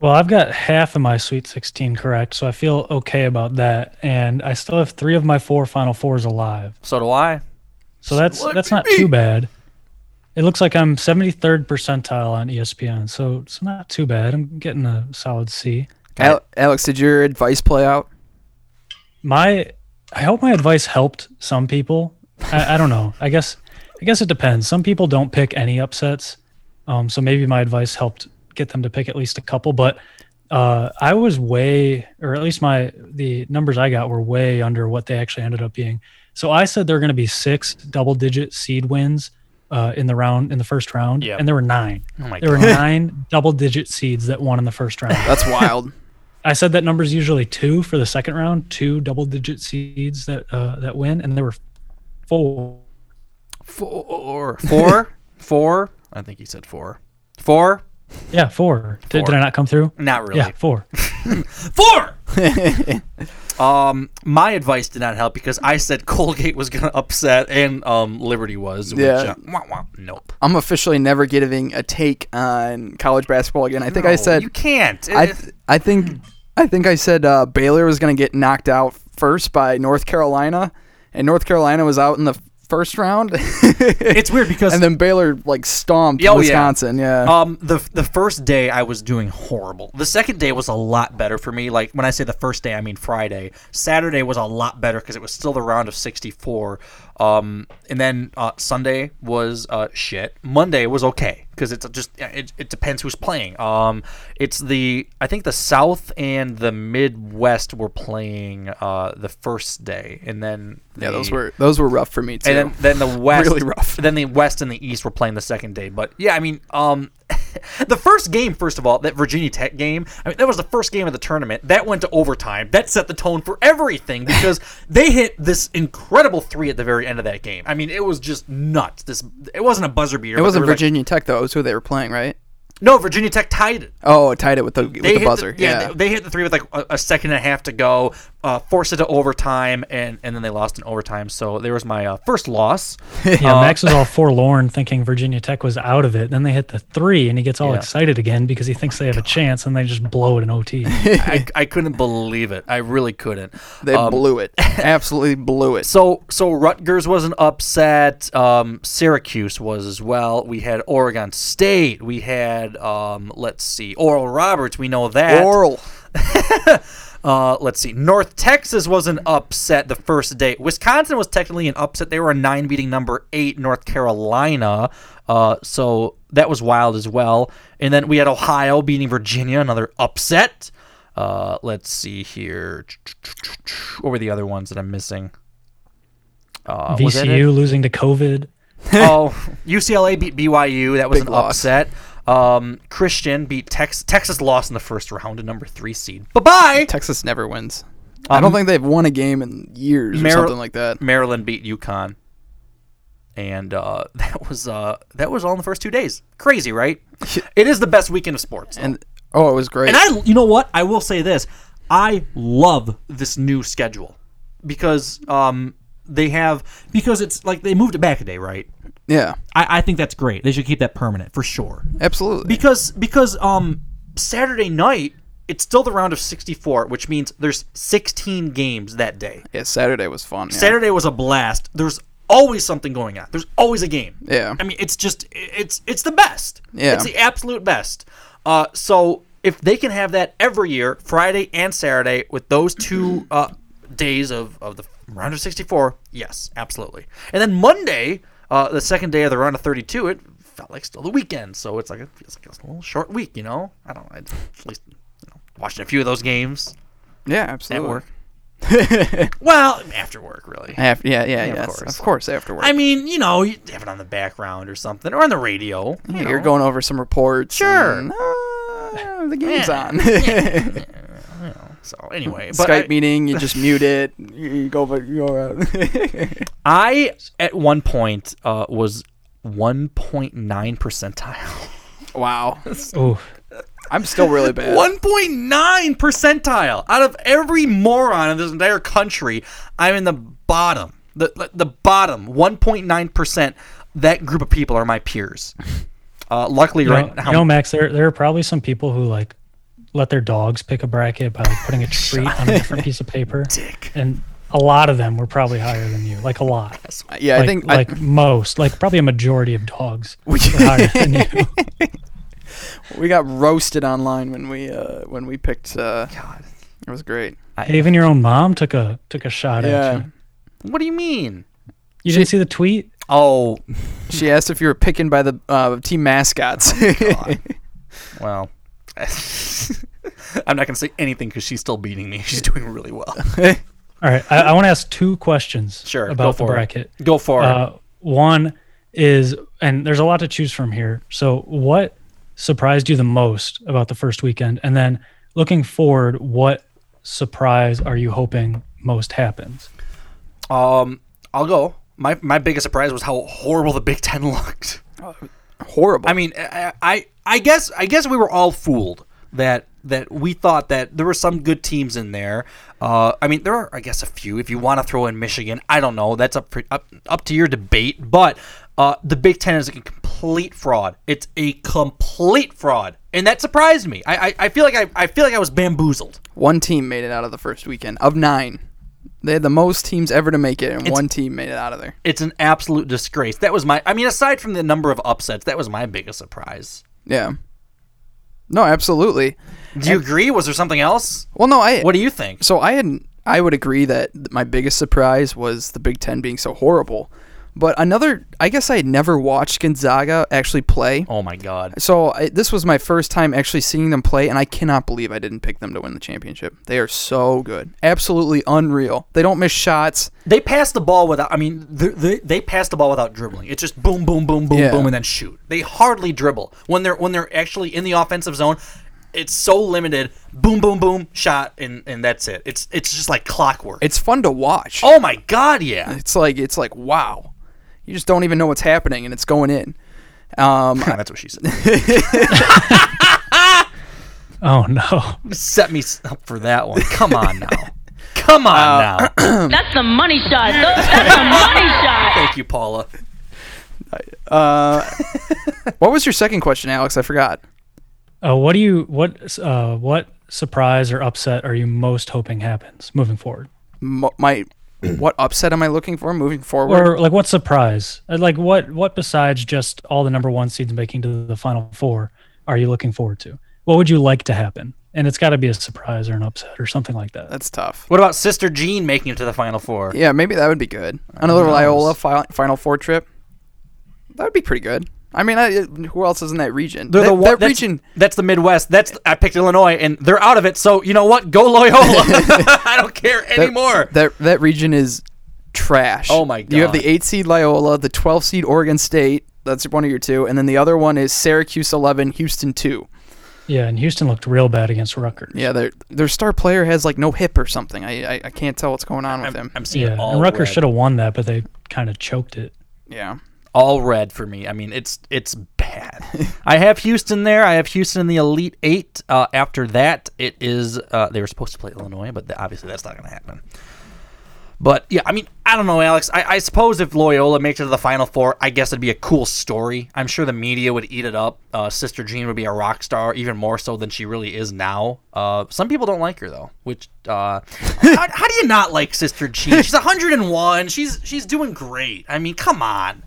C: Well, I've got half of my Sweet 16 correct, so I feel okay about that. And I still have three of my four Final Fours alive.
A: So do I.
C: So that's Let that's not be. too bad. It looks like I'm 73rd percentile on E ESPN, so it's not too bad. I'm getting a solid C.
B: Al- Alex, did your advice play out?
C: My, I hope my advice helped some people. I, I don't know. I guess, I guess it depends. Some people don't pick any upsets, um, so maybe my advice helped get them to pick at least a couple. But uh, I was way, or at least my the numbers I got were way under what they actually ended up being. So I said there are going to be six double-digit seed wins uh, in the round in the first round, yep. and there were nine.
A: Oh
C: there God. were nine double-digit seeds that won in the first round.
B: That's wild.
C: I said that number is usually two for the second round, two double-digit seeds that uh, that win, and there were four.
A: Four. Four. four. I think he said four. Four.
C: Yeah, four. Mm-hmm. four. Did, did I not come through?
A: Not really.
C: Yeah, four.
A: four. um, my advice did not help because I said Colgate was going to upset and um, Liberty was.
B: Yeah.
A: Which, uh, wah, wah, nope.
B: I'm officially never giving a take on college basketball again. I think no, I said
A: you can't.
B: I th- I think I think I said uh, Baylor was going to get knocked out first by North Carolina, and North Carolina was out in the first round.
A: it's weird because
B: and then Baylor like stomped oh, Wisconsin. Yeah.
A: yeah. Um. The the first day I was doing horrible. The second day was a lot better for me. Like when I say the first day, I mean Friday. Saturday was a lot better because it was still the round of 64. Um. And then uh, Sunday was uh shit. Monday was okay because it's just it, it depends who's playing. Um. It's the I think the South and the Midwest were playing uh the first day and then
B: yeah those were those were rough for me too.
A: And then, then the West
B: really rough.
A: Then the West and the East were playing the second day. But yeah, I mean, um, the first game, first of all, that Virginia Tech game. I mean, that was the first game of the tournament. That went to overtime. That set the tone for everything because they hit this incredible three at the very end of that game. I mean, it was just nuts. This it wasn't a buzzer beater.
B: It wasn't
A: was
B: Virginia like, Tech though. It was who they were playing, right?
A: No, Virginia Tech tied it.
B: Oh, it tied it with the, with the buzzer.
A: The, yeah,
B: yeah.
A: They, they, hit the three with like a, a, second and a half to go, uh, forced it to overtime, and, and then they lost in overtime. So there was my uh, first loss.
C: yeah, uh, Max was all forlorn, thinking Virginia Tech was out of it. Then they hit the three, and he gets all yeah. excited again because he thinks oh they have God. a chance, and they just blow it in OT.
A: I, I couldn't believe it. I really couldn't.
B: They um, blew it. Absolutely blew it.
A: So so Rutgers was an upset. Um, Syracuse was as well. We had Oregon State. We had. Um, let's see, Oral Roberts. We know that.
B: Oral.
A: uh, let's see. North Texas was an upset the first day. Wisconsin was technically an upset. They were a nine beating number eight North Carolina. Uh, so that was wild as well. And then we had Ohio beating Virginia, another upset. Uh, let's see here. What were the other ones that I'm missing?
C: VCU losing to COVID.
A: oh, UCLA beat BYU. That was Big an loss. upset. Um, Christian beat Texas. Texas lost in the first round, a number three seed. Bye bye.
B: Texas never wins. I don't think they've won a game in years Mar- or something like that.
A: Maryland beat UConn, and uh, that was uh, that was all in the first two days. Crazy, right? it is the best weekend of sports. Though.
B: And oh, it was great.
A: And I, you know what? I will say this: I love this new schedule because um, they have because it's like they moved it back a day, right?
B: Yeah,
A: I, I think that's great. They should keep that permanent for sure.
B: Absolutely,
A: because because um, Saturday night it's still the round of 64, which means there's 16 games that day.
B: Yeah, Saturday was fun. Yeah.
A: Saturday was a blast. There's always something going on. There's always a game.
B: Yeah.
A: I mean, it's just it's it's the best.
B: Yeah.
A: It's the absolute best. Uh, so if they can have that every year, Friday and Saturday, with those two uh, days of of the round of 64, yes, absolutely. And then Monday, uh, the second day of the round of 32, it felt like still the weekend. So it's like it feels like a little short week, you know. I don't know. At least watching a few of those games.
B: Yeah, absolutely.
A: At work. well, after work, really.
B: After, yeah, yeah, yeah. Of, yes, course. of course, after work.
A: I mean, you know, you have it on the background or something, or on the radio.
B: Yeah,
A: you
B: are going over some reports.
A: Sure.
B: And, uh, the game's yeah. on.
A: yeah. So anyway,
B: but Skype I, meeting, you just mute it. You go, but you go out.
A: I at one point uh, was 1.9 percentile.
B: Wow. Ooh. I'm still really bad.
A: 1.9 percentile out of every moron in this entire country. I'm in the bottom. The the bottom 1.9 percent. That group of people are my peers. Uh, luckily,
C: you
A: right
C: know, now, you know, Max, there there are probably some people who like let their dogs pick a bracket by like, putting a treat on a different piece of paper.
A: Dick.
C: And a lot of them were probably higher than you. Like a lot.
B: Yeah,
C: like,
B: I think
C: like I, most, like probably a majority of dogs were higher than you.
B: we got roasted online when we uh, when we picked. Uh, God, it was great.
C: Hey, even your own mom took a took a shot yeah. at you.
A: What do you mean?
C: You she, didn't see the tweet?
A: Oh,
B: she asked if you were picking by the uh, team mascots.
A: Oh, well, I'm not gonna say anything because she's still beating me. She's doing really well.
C: All right, I, I want to ask two questions.
A: Sure,
C: about the bracket.
A: It. Go for uh, it.
C: One is, and there's a lot to choose from here. So, what surprised you the most about the first weekend? And then looking forward, what surprise are you hoping most happens?
A: Um, I'll go. My my biggest surprise was how horrible the Big Ten looked. Oh,
B: horrible.
A: I mean, I, I I guess I guess we were all fooled that that we thought that there were some good teams in there. Uh, I mean, there are I guess a few. If you want to throw in Michigan, I don't know. That's up for, up up to your debate. But uh, the Big Ten is a complete fraud. It's a complete fraud, and that surprised me. I, I, I, feel like I, I feel like I was bamboozled.
B: One team made it out of the first weekend of nine. They had the most teams ever to make it, and it's, one team made it out of there.
A: It's an absolute disgrace. That was my. I mean, aside from the number of upsets, that was my biggest surprise.
B: Yeah. No, absolutely.
A: Do you and, agree? Was there something else?
B: Well, no. I.
A: What do you think?
B: So I had. I would agree that my biggest surprise was the Big Ten being so horrible. But another, I guess I had never watched Gonzaga actually play.
A: Oh my God!
B: So I, this was my first time actually seeing them play, and I cannot believe I didn't pick them to win the championship. They are so good, absolutely unreal. They don't miss shots.
A: They pass the ball without. I mean, they they, they pass the ball without dribbling. It's just boom, boom, boom, boom, yeah. boom, and then shoot. They hardly dribble when they're when they're actually in the offensive zone. It's so limited. Boom, boom, boom, shot, and and that's it. It's it's just like clockwork.
B: It's fun to watch.
A: Oh my God! Yeah,
B: it's like it's like wow. You just don't even know what's happening, and it's going in. Um,
A: that's what she said.
C: oh no!
A: Set me up for that one. Come on now. Come on uh,
M: now. that's the money shot. That's the money shot.
A: Thank you, Paula.
B: Uh, what was your second question, Alex? I forgot.
C: Uh, what do you what uh, what surprise or upset are you most hoping happens moving forward?
B: M- my what upset am I looking for moving forward?
C: Or like what surprise? Uh, Like what what besides just all the number one seeds making to the final four are you looking forward to? What would you like to happen? And it's got to be a surprise or an upset or something like that.
B: That's tough.
A: What about Sister Jean making it to the final four?
B: Yeah, maybe that would be good. Another Loyola fi- final four trip. That would be pretty good. I mean, I, who else is in that region?
A: They're
B: that,
A: the,
B: that
A: that's,
B: region.
A: That's the Midwest. That's the, I picked Illinois, and they're out of it. So you know what? Go Loyola. I don't care
B: that,
A: anymore.
B: That that region is trash.
A: Oh my god!
B: You have the eight seed Loyola, the twelve seed Oregon State. That's one of your two, and then the other one is Syracuse eleven, Houston two.
C: Yeah, and Houston looked real bad against Rutgers.
B: Yeah, their their star player has like no hip or something. I I, I can't tell what's going on with him.
A: I'm seeing
C: yeah,
A: all
C: and Rutgers
A: red.
C: should have won that, but they kind of choked it.
B: Yeah.
A: All red for me. I mean, it's it's bad. I have Houston there. I have Houston in the Elite Eight. Uh, after that, it is uh, they were supposed to play Illinois, but th- obviously that's not going to happen. But yeah, I mean, I don't know, Alex. I, I suppose if Loyola makes it to the Final Four, I guess it'd be a cool story. I'm sure the media would eat it up. Uh, Sister Jean would be a rock star, even more so than she really is now. Uh, some people don't like her though. Which uh, how, how do you not like Sister Jean? She's 101. She's she's doing great. I mean, come on.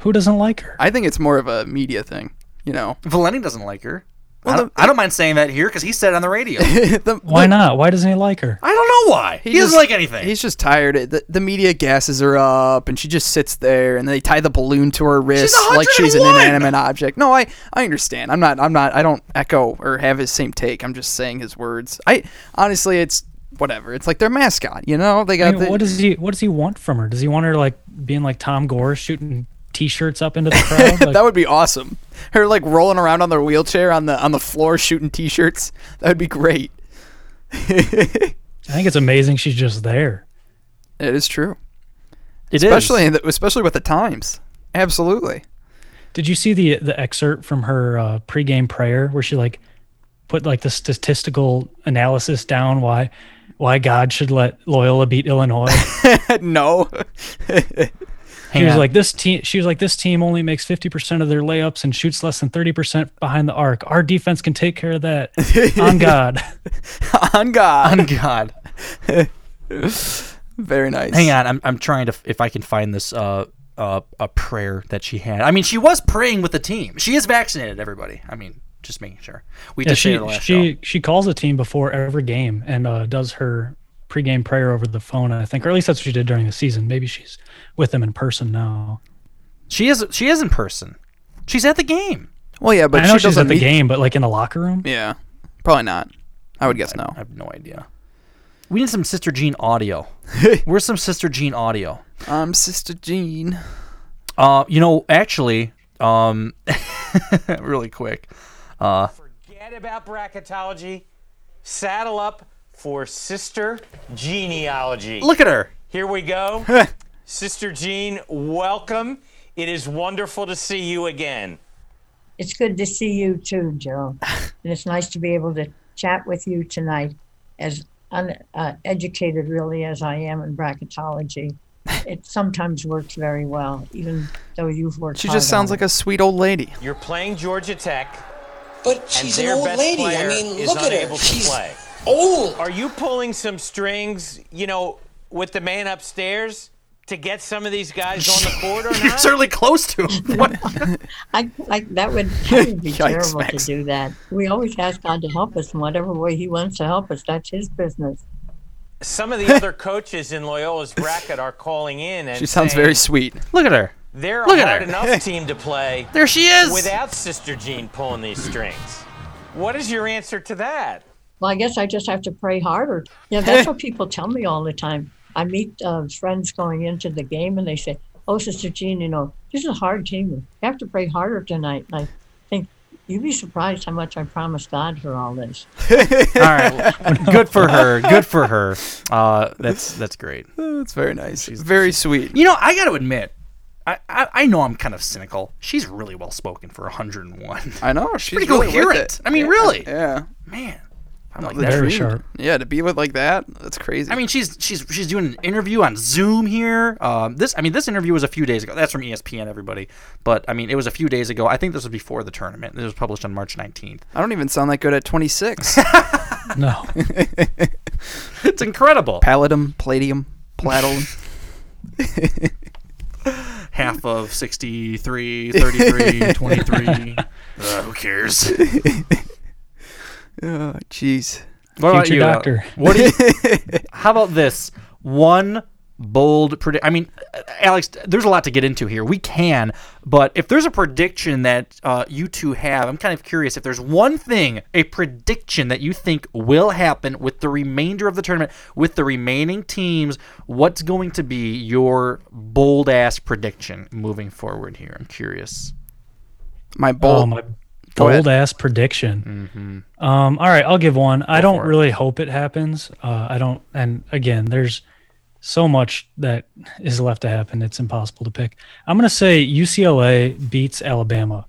C: Who doesn't like her?
B: I think it's more of a media thing, you know.
A: Valenti doesn't like her. I, don't, I don't mind saying that here because he said it on the radio.
B: The-
C: Why not? Why doesn't he like her?
A: I don't know why. He, doesn't
B: just-
A: like anything.
B: He's just tired. The, the media gasses her up, and she just sits there, and they tie the balloon to her wrist like she's an
A: 101!
B: inanimate object. No, I, I understand. I'm not. I'm not. I don't echo or have his same take. I'm just saying his words. I honestly, it's whatever. It's like their mascot. You know, they
C: I
B: got
C: mean,
B: the,
C: what does he What does he want from her? Does he want her like being like Tom Gore shooting T-shirts up into the crowd? Like,
B: that would be awesome. Her like rolling around on their wheelchair on the on the floor shooting t-shirts. That would be great.
C: I think it's amazing she's just there.
B: It is true.
A: It is.
B: especially in the, especially with the times. Absolutely.
C: Did you see the the excerpt from her uh, pregame prayer where she like put like the statistical analysis down why why God should let Loyola beat Illinois?
B: no.
C: she was like this team. She was like this team only makes fifty percent of their layups and shoots less than thirty percent behind the arc. Our defense can take care of that. On God.
B: on
A: On
B: God.
A: Oh, God.
B: Very nice.
A: Hang on, I'm, I'm trying to f- if I can find this uh, uh a prayer that she had. I mean, she was praying with the team. She is vaccinated. Everybody. I mean, just making sure. We
C: Yeah,
A: just
C: she
A: did the last show.
C: she she calls the team before every game and uh, does her pregame prayer over the phone. I think, or at least that's what she did during the season. Maybe she's with them in person now.
A: She is she is in person. She's at the game.
B: Well, yeah, but
C: I know
B: she
C: she's
B: doesn't
C: at the
B: meet-
C: game, but like in the locker room.
B: Yeah, probably not. I would guess no.
A: I have no idea. We need some Sister Jean audio. Where's some Sister Jean audio?
B: I'm Sister Jean.
A: Uh, you know, actually, um, really quick. Uh,
N: Forget about bracketology. Saddle up for sister genealogy.
A: Look at her.
N: Here we go. sister Jean, welcome. It is wonderful to see you again.
O: It's good to see you too, Joe. and it's nice to be able to chat with you tonight, as uneducated uh, educated really as I am in bracketology. It sometimes works very well, even though you've worked.
B: She just sounds like a sweet old lady.
N: You're playing Georgia Tech.
P: But she's an
N: and their
P: old
N: best
P: lady. I
N: player
P: mean,
N: is
P: look at her.
N: unable to
P: She's
N: play.
P: old.
N: Are you pulling some strings, you know, with the man upstairs to get some of these guys on the court or not?
A: You're certainly close to him. What?
O: I, I that would, that would be
A: Yikes,
O: terrible
A: Max.
O: to do that. We always ask God to help us in whatever way He wants to help us. That's His business.
N: Some of the other coaches in Loyola's bracket are calling in and
B: She sounds
N: saying
B: very sweet.
A: Look at her.
N: They're
B: Look
N: a
B: at
N: hard
B: her.
N: enough team to play.
A: There she is.
N: Without Sister Jean pulling these strings. What is your answer to that?
O: Well, I guess I just have to pray harder. Yeah, that's what people tell me all the time. I meet uh, friends going into the game and they say, Oh, Sister Jean, you know, this is a hard team. You have to pray harder tonight. And I think you'd be surprised how much I promised God for all this.
A: All right. Good for her. Good for her. Uh, that's that's great.
B: That's very nice. very sweet.
A: You know, I got to admit, I, I I know I'm kind of cynical. She's really well spoken for 101.
B: I know. She's
A: pretty
B: really with
A: coherent.
B: it.
A: I mean,
B: Yeah,
A: really.
B: Yeah.
A: Man. I'm
B: Not
A: like
B: the
A: that's
B: dream.
A: really-
B: Yeah, to be with like that, that's crazy.
A: I mean, she's she's she's doing an interview on Zoom here. Um, this I mean, this interview was a few days ago. That's from E ESPN, everybody. But I mean, it was a few days ago. I think this was before the tournament. This was published on March 19th.
B: I don't even sound that good at 26.
C: no.
A: it's incredible.
B: Palladium, palladium, platinum.
A: Half of 63, 33, 23. Uh, who cares?
B: oh, jeez.
A: What about you, Al?
C: doctor.
A: What do you, how about this? One bold predict. I mean, uh, Alex, there's a lot to get into here. We can, but if there's a prediction that uh, you two have, I'm kind of curious if there's one thing, a prediction that you think will happen with the remainder of the tournament, with the remaining teams, what's going to be your bold ass prediction moving forward here? I'm curious.
B: My bold.
C: Oh, my bold ass prediction. Mm-hmm. Um, all right, I'll give one. I don't really hope it happens. Uh, I don't, and again, there's so much that is left to happen. It's impossible to pick. I'm gonna say UCLA beats Alabama.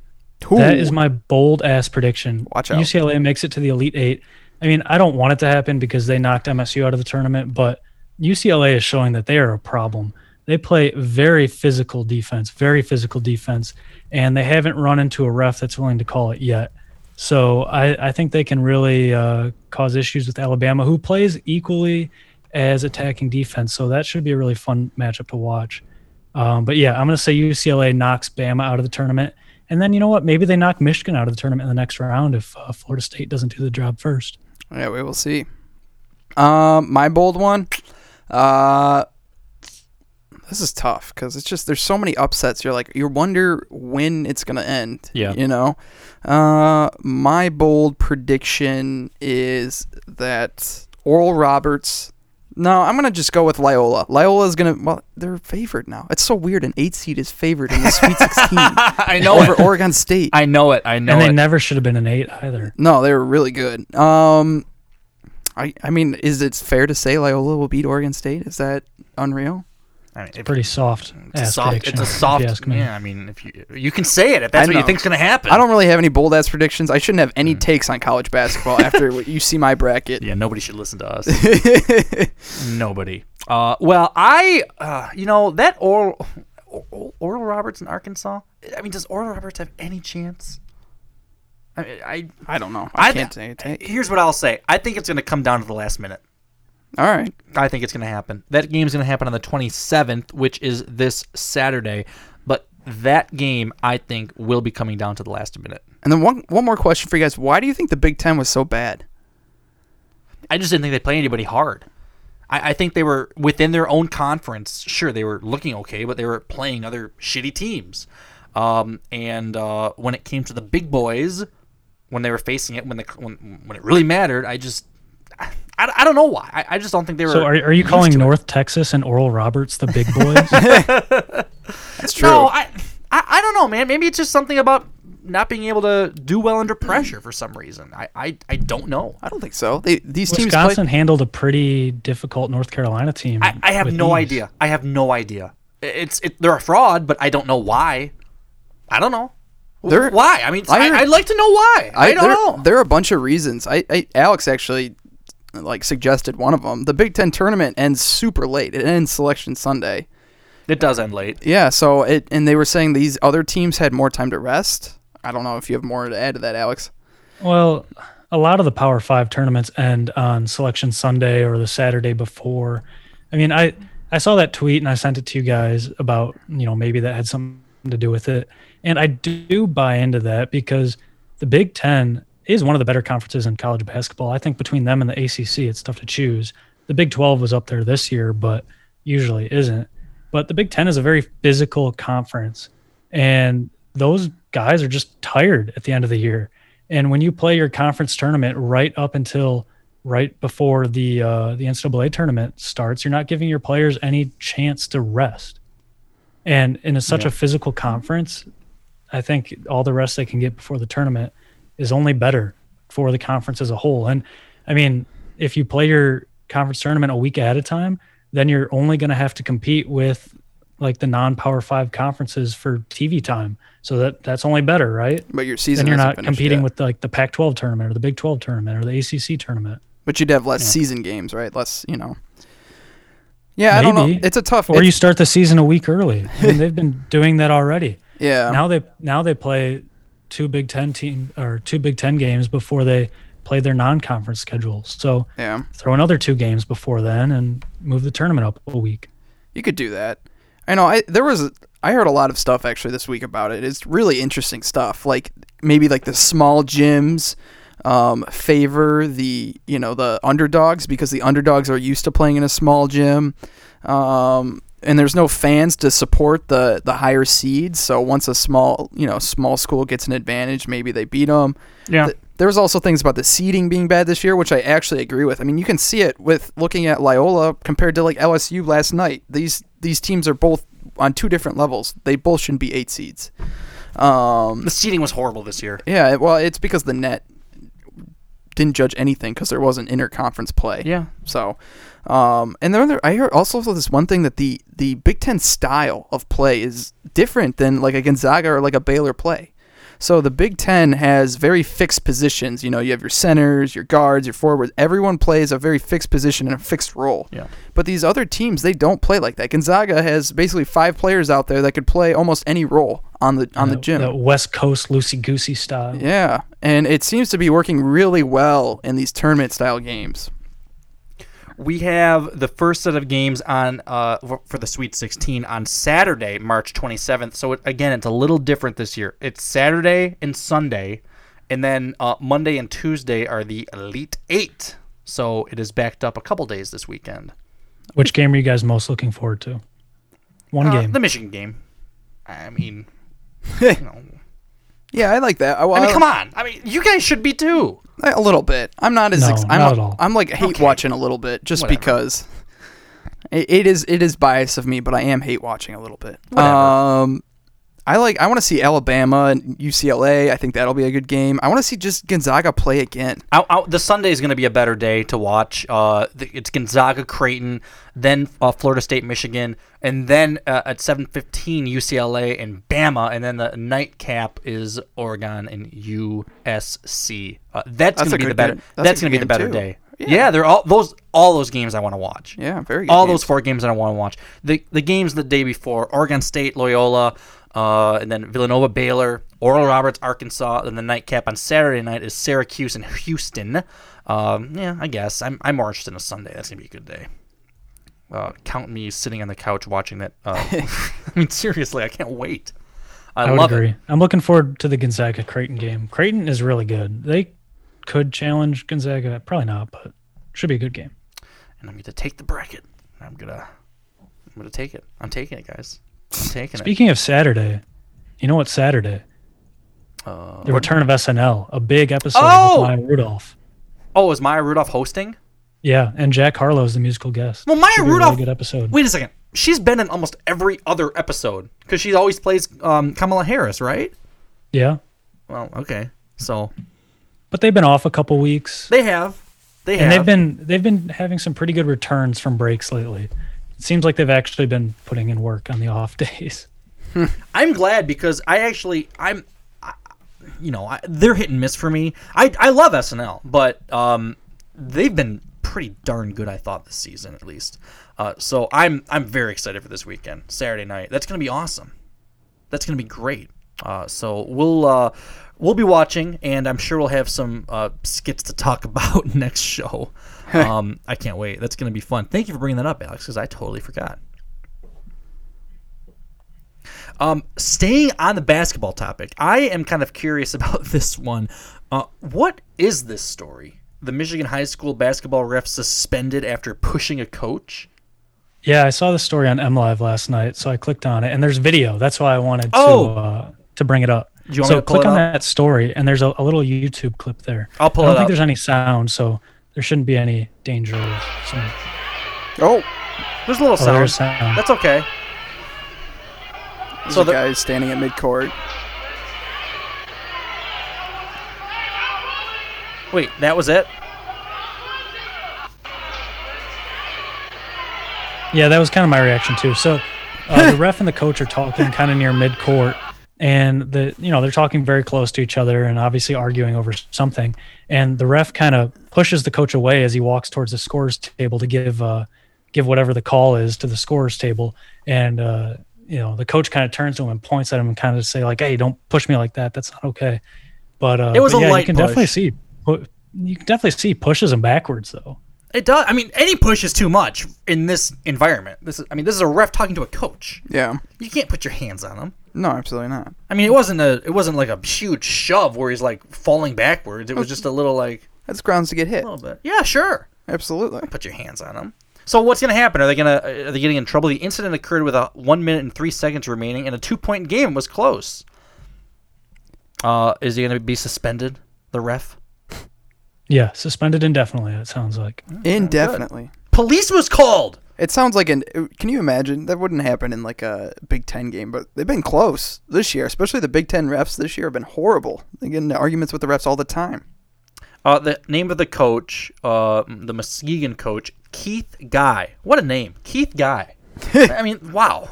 B: Ooh.
C: That is my bold ass prediction.
B: Watch out.
C: UCLA makes it to the Elite Eight. I mean, I don't want it to happen because they knocked MSU out of the tournament, but UCLA is showing that they are a problem. They play very physical defense, very physical defense, and they haven't run into a ref that's willing to call it yet. So I, I think they can really uh, cause issues with Alabama, who plays equally as attacking defense. So that should be a really fun matchup to watch. Um, but yeah, I'm going to say UCLA knocks Bama out of the tournament. And then you know what? Maybe they knock Michigan out of the tournament in the next round if uh, Florida State doesn't do the job first.
B: Yeah, we will see. Um, my bold one. Uh, this is tough because it's just there's so many upsets. You're like you wonder when it's gonna end.
A: Yeah.
B: You know. Uh, my bold prediction is that Oral Roberts. No, I'm gonna just go with Loyola. Loyola is gonna well, they're favored now. It's so weird. An eight seed is favored in the Sweet Sixteen. I
A: know
B: over Oregon State.
A: I know it. I know
C: and they
A: it.
C: never should have been an eight either.
B: No, they were really good. Um, I I mean, is it fair to say Loyola will beat Oregon State? Is that unreal?
A: I mean,
C: It's pretty soft.
A: It's a
C: ass
A: soft.
C: prediction,
A: It's a
C: if you
A: soft.
C: ask me.
A: yeah, I mean, if you you can say it if that's
B: I
A: what you
B: know.
A: think's gonna happen.
B: I don't really have any bold ass predictions. I shouldn't have any
A: Hmm.
B: takes on college basketball after what you see my bracket.
A: Yeah, nobody should listen to us. nobody. Uh, well, I, uh, you know, that Oral, Oral, Oral Roberts in Arkansas. I mean, does Oral Roberts have any chance? I, I,
B: I don't know. I,
A: I-
B: can't say a take.
A: here's what I'll say. I think it's going to come down to the last minute.
B: All right.
A: I think it's going to happen. That game's going to happen on the 27th, which is this Saturday. But that game, I think, will be coming down to the last minute.
B: And then one one more question for you guys. Why do you think the Big Ten was so bad?
A: I just didn't think they play anybody hard. I, I think they were within their own conference. Sure, they were looking okay, but they were playing other shitty teams. Um, and uh, when it came to the big boys, when they were facing it, when the when, when it really mattered, I just I, I don't know why. I, I just don't think they were.
C: So are, are you
A: used
C: calling
A: to it.
C: North Texas and Oral Roberts the big boys?
B: That's
A: No, I, I I don't know, man. Maybe it's just something about not being able to do well under pressure for some reason. I I, I don't know.
B: I don't think so. They, these teams play-
C: Wisconsin handled a pretty difficult North Carolina team.
A: I, I have
C: with
A: no
C: ease.
A: idea. I have no idea. I- It's it, they're a fraud, but I don't know why. I don't know. Wh-
B: They're-
A: why? I mean,
B: I
A: I
B: heard-
A: I'd like to know why. I, don't
B: there,
A: know.
B: There are a bunch of reasons. I, I Alex actually like suggested one of them. The Big Ten tournament ends super late. It ends Selection Sunday.
A: It does end late.
B: Yeah. So it and they were saying these other teams had more time to rest. I don't know if you have more to add to that, Alex.
C: Well, a lot of the Power Five tournaments end on Selection Sunday or the Saturday before. I mean, I I saw that tweet and I sent it to you guys about you know maybe that had something to do with it, and I do buy into that because the Big Ten is one of the better conferences in college basketball. I think between them and the ACC, it's tough to choose. The Big Twelve was up there this year, but usually isn't. But the Big Ten is a very physical conference, and those guys are just tired at the end of the year. And when you play your conference tournament right up until right before the uh, the NCAA tournament starts, you're not giving your players any chance to rest. And in a, such a physical conference, I think all the rest they can get before the tournament is only better for the conference as a whole. And I mean, if you play your conference tournament a week at a time, then you're only going to have to compete with like the non-power 5 conferences for TV time. So that that's only better, right?
B: But your season
C: then you're
B: hasn't
C: not
B: finished
C: competing
B: yet.
C: with like the Pac-12 tournament or the Big 12 tournament or the ACC tournament.
B: But you'd have less season games, right? Less, you know. Yeah, I don't know.
C: Maybe.
B: It's a tough.
C: Or
B: it's-
C: you start the season a week early. I mean, they've been doing that already.
B: Yeah.
C: Now they now they play two Big Ten team or two Big Ten games before they play their non-conference schedule. So
B: Yeah.
C: throw another two games before then and move the tournament up a week.
B: You could do that. I know. I there was. I heard a lot of stuff actually this week about it. It's really interesting stuff. Like maybe like the small gyms um, favor the you know the underdogs because the underdogs are used to playing in a small gym, um, and there's no fans to support the the higher seeds. So once a small you know small school gets an advantage, maybe they beat them.
A: Yeah.
B: There was also things about the seeding being bad this year, which I actually agree with. I mean, you can see it with looking at Loyola compared to like LSU last night. These these teams are both on two different levels. They both shouldn't be eight seeds. Um,
A: the seating was horrible this year.
B: Yeah, well, it's because the net didn't judge anything because there wasn't interconference play.
A: Yeah.
B: So, um, and the other, I heard also this one thing that the the Big Ten style of play is different than like a Gonzaga or like a Baylor play. So the Big Ten has very fixed positions. You know, you have your centers, your guards, your forwards. Everyone plays a very fixed position and a fixed role.
A: Yeah.
B: But these other teams, they don't play like that. Gonzaga has basically five players out there that could play almost any role on the on
C: the,
B: the gym.
C: The West Coast loosey goosey style.
B: Yeah, and it seems to be working really well in these tournament style games.
A: We have the first set of games on uh, for the Sweet 16 on Saturday, March 27th. So it, again, it's a little different this year. It's Saturday and Sunday, and then uh, Monday and Tuesday are the Elite Eight. So it is backed up a couple days this weekend.
C: Which game are you guys most looking forward to? One
A: Uh,
C: game.
A: The Michigan game. I mean,
B: Yeah, I like that.
A: I mean, come on. I mean, you guys should be too.
B: A little bit. I'm not as.
C: No,
B: ex- I'm
C: not at all.
B: I'm like hate watching a little bit just
A: Whatever.
B: because. It, it is it is bias of me, but I am hate watching a little bit.
A: Whatever.
B: Um, I like I want to see Alabama and UCLA. I think that'll be a good game. I want to see just Gonzaga play again.
A: I, I, the Sunday is going to be a better day to watch. Uh, the, it's Gonzaga, Creighton, then uh, Florida State, Michigan, and then uh, at seven fifteen UCLA and Bama, and then the nightcap is Oregon and USC. Uh, that's, going
B: That's
A: to be the
B: a good
A: better.
B: game. That's a
A: That's,
B: good
A: going to be the
B: game,
A: better
B: too.
A: day.
B: Yeah.
A: Yeah. they're all those all those games I want to watch.
B: Yeah, very good
A: All
B: games.
A: those four games that I want to watch. The the games the day before: Oregon State, Loyola, uh, and then Villanova, Baylor, Oral Roberts, Arkansas. And the nightcap on Saturday night is Syracuse and Houston. Um, yeah, I guess I'm I'm more interested in a Sunday. That's gonna be a good day. Uh, count me sitting on the couch watching that. Uh, I mean, seriously, I can't wait. I,
C: would
A: love
C: agree.
A: it.
C: I'm looking forward to the Gonzaga Creighton game. Creighton is really good. They could challenge Gonzaga. Probably not, but should be a good game.
A: And I'm gonna take the bracket. I'm gonna I'm gonna take it. I'm taking it, guys. I'm taking it.
C: Speaking of Saturday, you know what Saturday?
A: Uh,
C: The return of SNL, a big episode
A: Oh!
C: with Maya Rudolph.
A: Oh, is Maya Rudolph hosting?
C: Yeah, and Jack Harlow is the musical guest.
A: Well, Maya
C: Should be a really
A: Rudolph.
C: good episode.
A: Wait a second. She's been in almost every other episode because she always plays um, Kamala Harris, right?
C: Yeah,
A: Well, okay. So
C: but they've been off a couple weeks,
A: they have, they
C: and
A: have.
C: they've been they've been having some pretty good returns from breaks lately. It seems like they've actually been putting in work on the off days.
A: I'm glad because I actually I'm, I, you know, I, they're hit and miss for me. I I love SNL, but um, they've been pretty darn good. I thought this season at least. Uh, so I'm I'm very excited for this weekend, Saturday night. That's gonna be awesome. That's gonna be great. Uh, so we'll uh, we'll be watching, and I'm sure we'll have some uh, skits to talk about next show. um, I can't wait. That's gonna be fun. Thank you for bringing that up, Alex, because I totally forgot. Um, staying on the basketball topic, I am kind of curious about this one. Uh, what is this story? The Michigan high school basketball ref suspended after pushing a coach.
C: Yeah, I saw the story on M Live last night, so I clicked on it, and there's video. That's why I wanted
A: Oh.
C: to uh, to bring it up.
A: Do you want
C: so
A: me to pull
C: click
A: it
C: on
A: up?
C: that story, and there's a, a little YouTube clip there.
A: I'll pull
C: I don't
A: it
C: think
A: up.
C: there's any sound, so there shouldn't be any danger. Of some...
B: Oh,
A: There's a little
C: Oh,
A: sound.
C: there's sound.
A: That's okay.
B: so the guy standing at midcourt.
A: Wait, that was it.
C: Yeah, that was kind of my reaction too. So uh, the ref and the coach are talking kind of near mid court, and the you know they're talking very close to each other and obviously arguing over something. And the ref kind of pushes the coach away as he walks towards the scores table to give uh, give whatever the call is to the scores table. And uh, you know the coach kind of turns to him and points at him and kind of say like, "Hey, don't push me like that. That's not okay." But uh,
A: It was
C: but
A: a
C: yeah, you
A: light
C: can definitely
A: push.
C: see pu- you can definitely see pushes him backwards though.
A: It does. I mean, any push is too much in this environment. This is. I mean, this is a ref talking to a coach.
B: Yeah.
A: You can't put your hands on him.
B: No, absolutely not.
A: I mean, it wasn't a. It wasn't like a huge shove where he's like falling backwards. It
C: Oh.
A: was just a little like.
B: That's grounds to get hit.
A: A little bit. Yeah, sure.
B: Absolutely.
A: Put your hands on him. So what's going to happen? Are they going to are they getting in trouble? The incident occurred with a one minute and three seconds remaining, and a two point game was close. Uh, is he going to be suspended? The ref.
C: Yeah, suspended indefinitely. It sounds like.
B: Indefinitely.
A: Police was called.
B: It sounds like an. uh, Can you imagine that wouldn't happen in like a Big Ten game? But they've been close this year, especially the Big Ten refs this year have been horrible. They get into arguments with the refs all the time.
A: Uh, the name of the coach, uh, the Muskegon coach, Keith Guy. What a name, Keith Guy. I mean, wow,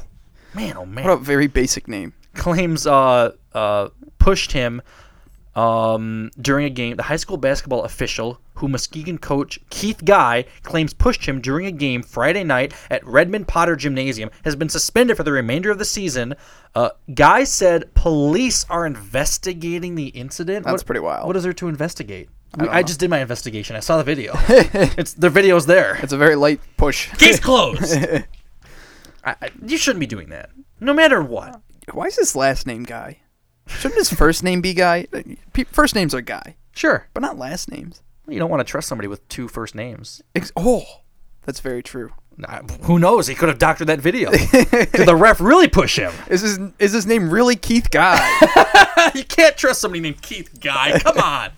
A: man, oh man.
B: What a very basic name.
A: Claims uh, uh, pushed him um, during a game. The high school basketball official, who Muskegon coach Keith Guy claims pushed him during a game Friday night at Redmond Potter Gymnasium, has been suspended for the remainder of the season. Uh, Guy said police are investigating the incident.
B: That's
A: what,
B: pretty wild.
A: What is there to investigate? I, I just did my investigation. I saw the video. it's the video's there.
B: It's a very light push.
A: Case closed. I, I, you shouldn't be doing that, no matter what.
B: Why is his last name Guy? Shouldn't his first name be Guy? Uh, First names are Guy.
A: Sure.
B: But not last names.
A: You don't want to trust somebody with two first names.
B: Ex- oh, that's very true.
A: Nah, who knows? He could have doctored that video. Did the ref really push him?
B: Is his, is his name really Keith Guy?
A: you can't trust somebody named Keith Guy. Come on.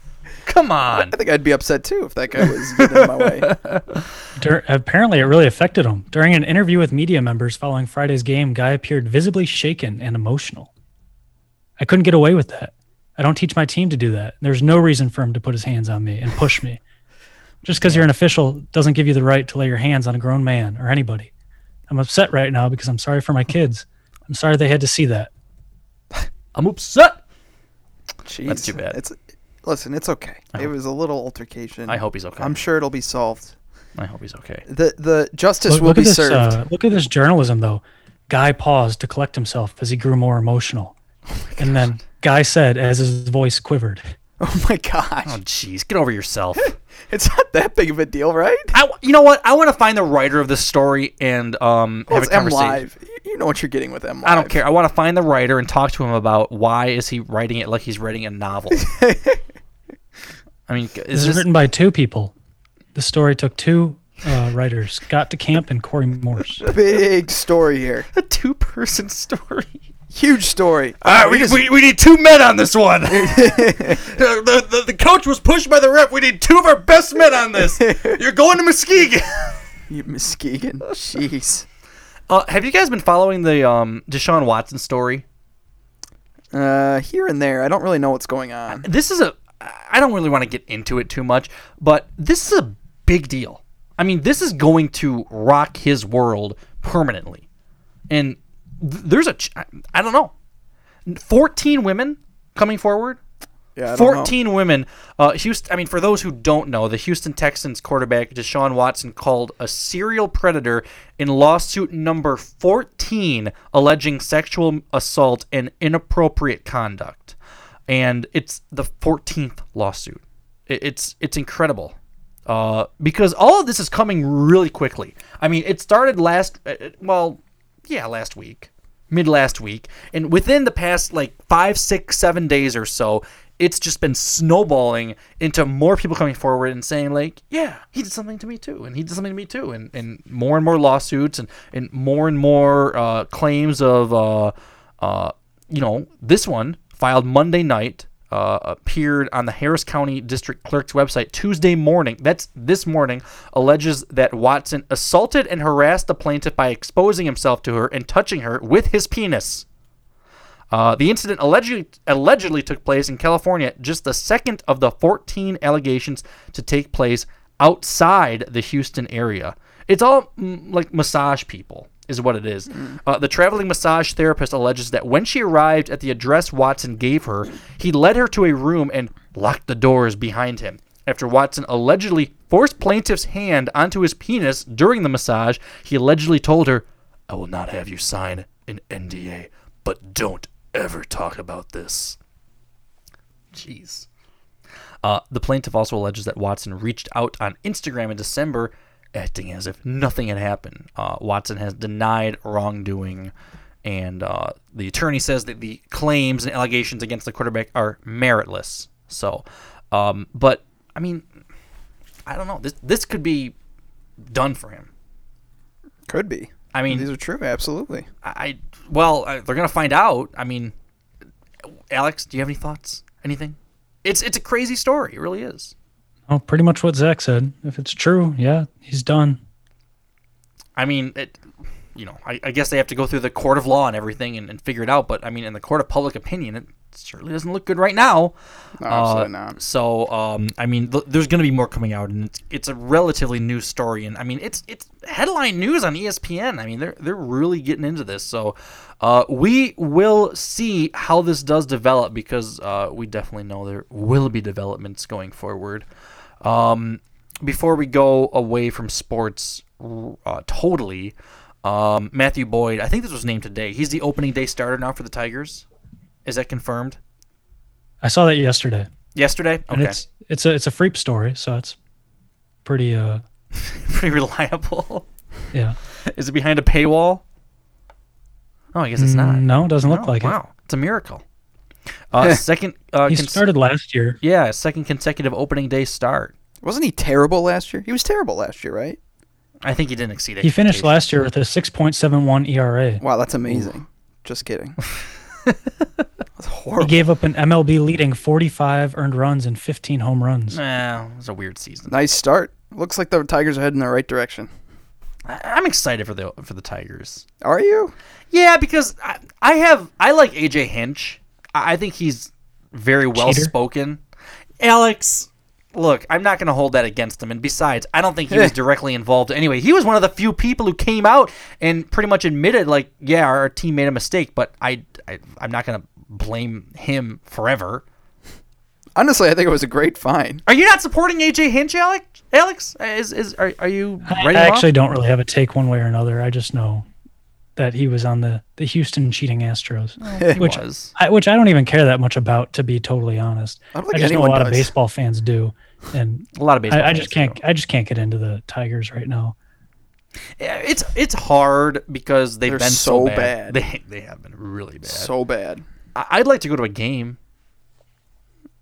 A: Come on.
B: I think I'd be upset too if that guy was getting in my way.
C: Dur- apparently, it really affected him. During an interview with media members following Friday's game, Guy appeared visibly shaken and emotional. I couldn't get away with that. I don't teach my team to do that. There's no reason for him to put his hands on me and push me. Just because you're an official doesn't give you the right to lay your hands on a grown man or anybody. I'm upset right now because I'm sorry for my kids. I'm sorry they had to see that.
A: I'm upset.
B: Jeez,
A: That's too bad.
B: It's listen, it's okay. It was a little altercation.
A: I hope he's okay.
B: I'm sure it'll be solved.
A: I hope he's okay.
B: The the justice
C: look,
B: will
C: look
B: be
C: at this,
B: served.
C: uh, look at this journalism, though. Guy paused to collect himself as he grew more emotional. and then Guy said as his voice quivered.
B: Oh my gosh.
A: Oh jeez, get over yourself.
B: it's not that big of a deal, right?
A: I, you know what? I want to find the writer of this story and um
B: Well,
A: have
B: it's
A: a
B: M
A: conversation.
B: Live. You know what you're getting with M Live.
A: I don't care. I want to find the writer and talk to him about why is he writing it like he's writing a novel. I mean,
C: This
A: is
C: is
A: this,
C: written by two people. The story took two uh, writers, Scott DeCamp and Corey Morse.
B: Big story here.
A: a two-person story?
B: Huge story.
A: All right, we,
B: just-
A: we, we need two men on this one. the, the, the coach was pushed by the rep. We need two of our best men on this. You're going to Muskegon.
B: you Muskegon. Jeez.
A: Uh, have you guys been following the um, Deshaun Watson story?
B: Uh, here and there. I don't really know what's going on.
A: This is a. I don't really want to get into it too much, but this is a big deal. I mean, this is going to rock his world permanently. And th- there's a. Ch- I- I don't know. 14 women coming forward.
B: Yeah, I don't know.
A: 14 women. Uh, Houston. I mean, for those who don't know, the Houston Texans quarterback Deshaun Watson called a serial predator in lawsuit number 14, alleging sexual assault and inappropriate conduct, and it's the 14th lawsuit. It, it's it's incredible. Uh, because all of this is coming really quickly. I mean, it started last, uh, uh, well, yeah, last week, mid last week, and within the past like five, six, seven days or so, it's just been snowballing into more people coming forward and saying like, yeah, he did something to me too, and he did something to me too, and and more and more lawsuits and and more and more uh, claims of uh, uh, you know, this one filed Monday night. Uh, appeared on the Harris County District Clerk's website Tuesday morning. That's this morning. Alleges that Watson assaulted and harassed the plaintiff by exposing himself to her and touching her with his penis. Uh, the incident allegedly, allegedly took place in California, just the second of the 14 allegations to take place outside the Houston area. It's all mm, like massage people, is what it is. Uh, the traveling massage therapist alleges that when she arrived at the address Watson gave her, he led her to a room and locked the doors behind him. After Watson allegedly forced plaintiff's hand onto his penis during the massage, he allegedly told her, I will not have you sign an NDA, but don't ever talk about this. Jeez. Uh, the plaintiff also alleges that Watson reached out on Instagram in December, acting as if nothing had happened. Uh, Watson has denied wrongdoing, and uh, the attorney says that the claims and allegations against the quarterback are meritless. So, um, but I mean, I don't know. This this could be done for him.
B: Could be.
A: I mean,
B: these are true. Absolutely.
A: I well, I, they're gonna find out. I mean, Alex, do you have any thoughts? Anything? It's it's a crazy story. It really is.
C: Oh, pretty much what Zach said. If it's true, yeah, he's done.
A: I mean, it, you know, I, I guess they have to go through the court of law and everything and, and figure it out. But I mean, in the court of public opinion, it certainly doesn't look good right now. uh,
B: No, absolutely not.
A: So, um, I mean, th- there's going to be more coming out, and it's, it's a relatively new story. And I mean, it's it's headline news on E ESPN. I mean, they're they're really getting into this. So, uh, we will see how this does develop because uh, we definitely know there will be developments going forward. Um, before we go away from sports uh, totally, um, Matthew Boyd, I think this was named today. He's the opening day starter now for the Tigers. Is that confirmed?
C: I saw that yesterday.
A: Yesterday, okay.
C: And it's it's a it's a freep story, so it's pretty uh
A: pretty reliable.
C: Yeah.
A: Is it behind a paywall? Oh, I guess it's not.
C: No, it doesn't look
A: No,
C: like
A: wow.
C: it.
A: it's a miracle. Uh, second, uh,
C: he
A: cons-
C: started last year.
A: yeah, second consecutive opening day start.
B: Wasn't he terrible last year? He was terrible last year, right?
A: I think he didn't exceed it.
C: He finished last year with a 6.71 ERA.
B: Wow, that's amazing. Just kidding. that's
C: He
B: horrible.
C: gave up an MLB leading 45 earned runs and 15 home runs.
A: Nah, it was a weird season.
B: Nice start. Looks like the Tigers are heading in the right direction.
A: I- I'm excited for the for the Tigers.
B: Are you?
A: Yeah, because I, I have I like AJ Hinch. I, I think he's very well spoken. Alex, look, I'm not going to hold that against him. And besides, I don't think he was directly involved. Anyway, he was one of the few people who came out and pretty much admitted, like, yeah, our team made a mistake, but I, I I'm not going to blame him forever.
B: Honestly, I think it was a great find.
A: Are you not supporting AJ Hinch, Alex? Alex, is is are, are you
C: I
A: writing him off?
C: actually don't really have a take one way or another. I just know that he was on the, the Houston cheating Astros,
A: he
C: which
A: was.
C: I, which I don't even care that much about, to be totally honest.
B: I don't think
C: just know a
B: anyone
C: lot of
B: does.
C: baseball fans do, and
A: A lot of baseball
C: I, I
A: fans
C: just can't. I just can't get into the Tigers right now.
A: Yeah, it's it's hard because they've
B: They're
A: been so,
B: so
A: bad.
B: bad.
A: They they have been really bad.
B: So bad.
A: I- I'd like to go to a game.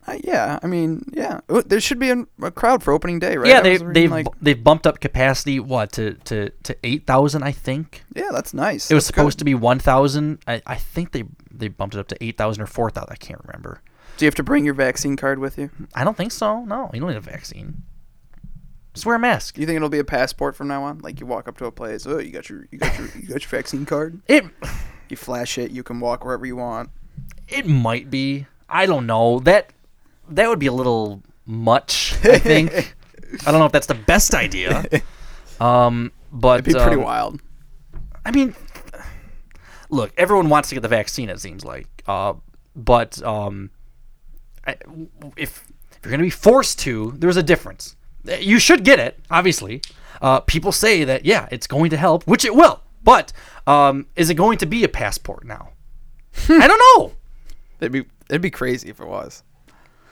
B: Uh, yeah, I mean, yeah. Oh, There should be a, a crowd for opening day, right?
A: Yeah,
B: I
A: they
B: was reading,
A: they've
B: like,
A: bu- they've bumped up capacity what to to to eight thousand I think.
B: yeah, that's nice.
A: It was
B: That's
A: supposed
B: good.
A: to be one thousand. I, I think they they bumped it up to eight thousand or four thousand. I can't remember.
B: Do you have to bring your vaccine card with you?
A: I don't think so. No, you don't need a vaccine. Just wear a mask.
B: Do you think it'll be a passport from now on? Like you walk up to a place, oh, you got your you got your you got your vaccine card.
A: It
B: You flash it, you can walk wherever you want.
A: it might be. I don't know. That that would be a little much. I think. I don't know if that's the best idea. Um, but
B: It'd be pretty
A: um,
B: wild.
A: I mean, look, everyone wants to get the vaccine. It seems like, uh, but um, I- if if you're going to be forced to, there's a difference. Eh, You should get it, obviously. Uh, people say that yeah, it's going to help, which it will. But um, is it going to be a passport now? I don't know.
B: It'd be it'd be crazy if it was.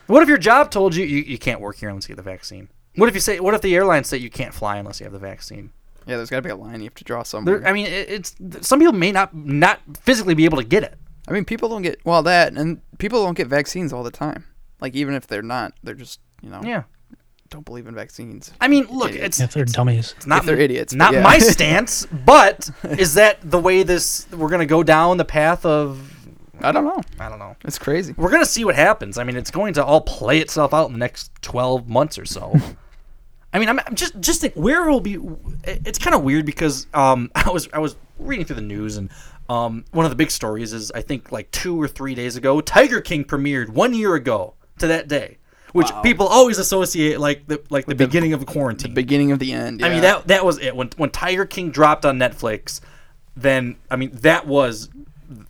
A: What if your job told you, you you can't work here unless you get the vaccine? What if you say? What if the airlines say you can't fly unless you have the vaccine?
B: Yeah, there's got to be a line you have to draw somewhere.
A: There, I mean, it, it's some people may not not physically be able to get it.
B: I mean, people don't get well that, and people don't get vaccines all the time. Like even if they're not, they're just you know
A: Yeah.
B: don't believe in vaccines.
A: I mean, look, it's
C: If they're dummies,
A: It's not
B: If they're idiots, but
A: Not
B: yeah.
A: my stance, but is that the way this we're gonna go down the path of?
B: I don't know.
A: I don't know.
B: It's crazy.
A: We're gonna see what happens. I mean, it's going to all play itself out in the next twelve months or so. I mean, I'm, I'm just just think where will be. it- It's kind of weird because um, I was I was reading through the news and um, one of the big stories is I think like two or three days ago, Tiger King premiered one year ago to that day, which people always associate like the like the beginning of quarantine.
B: Beginning of the end.
A: I mean
B: yeah.
A: that that was it when when Tiger King dropped on Netflix. Then I mean that was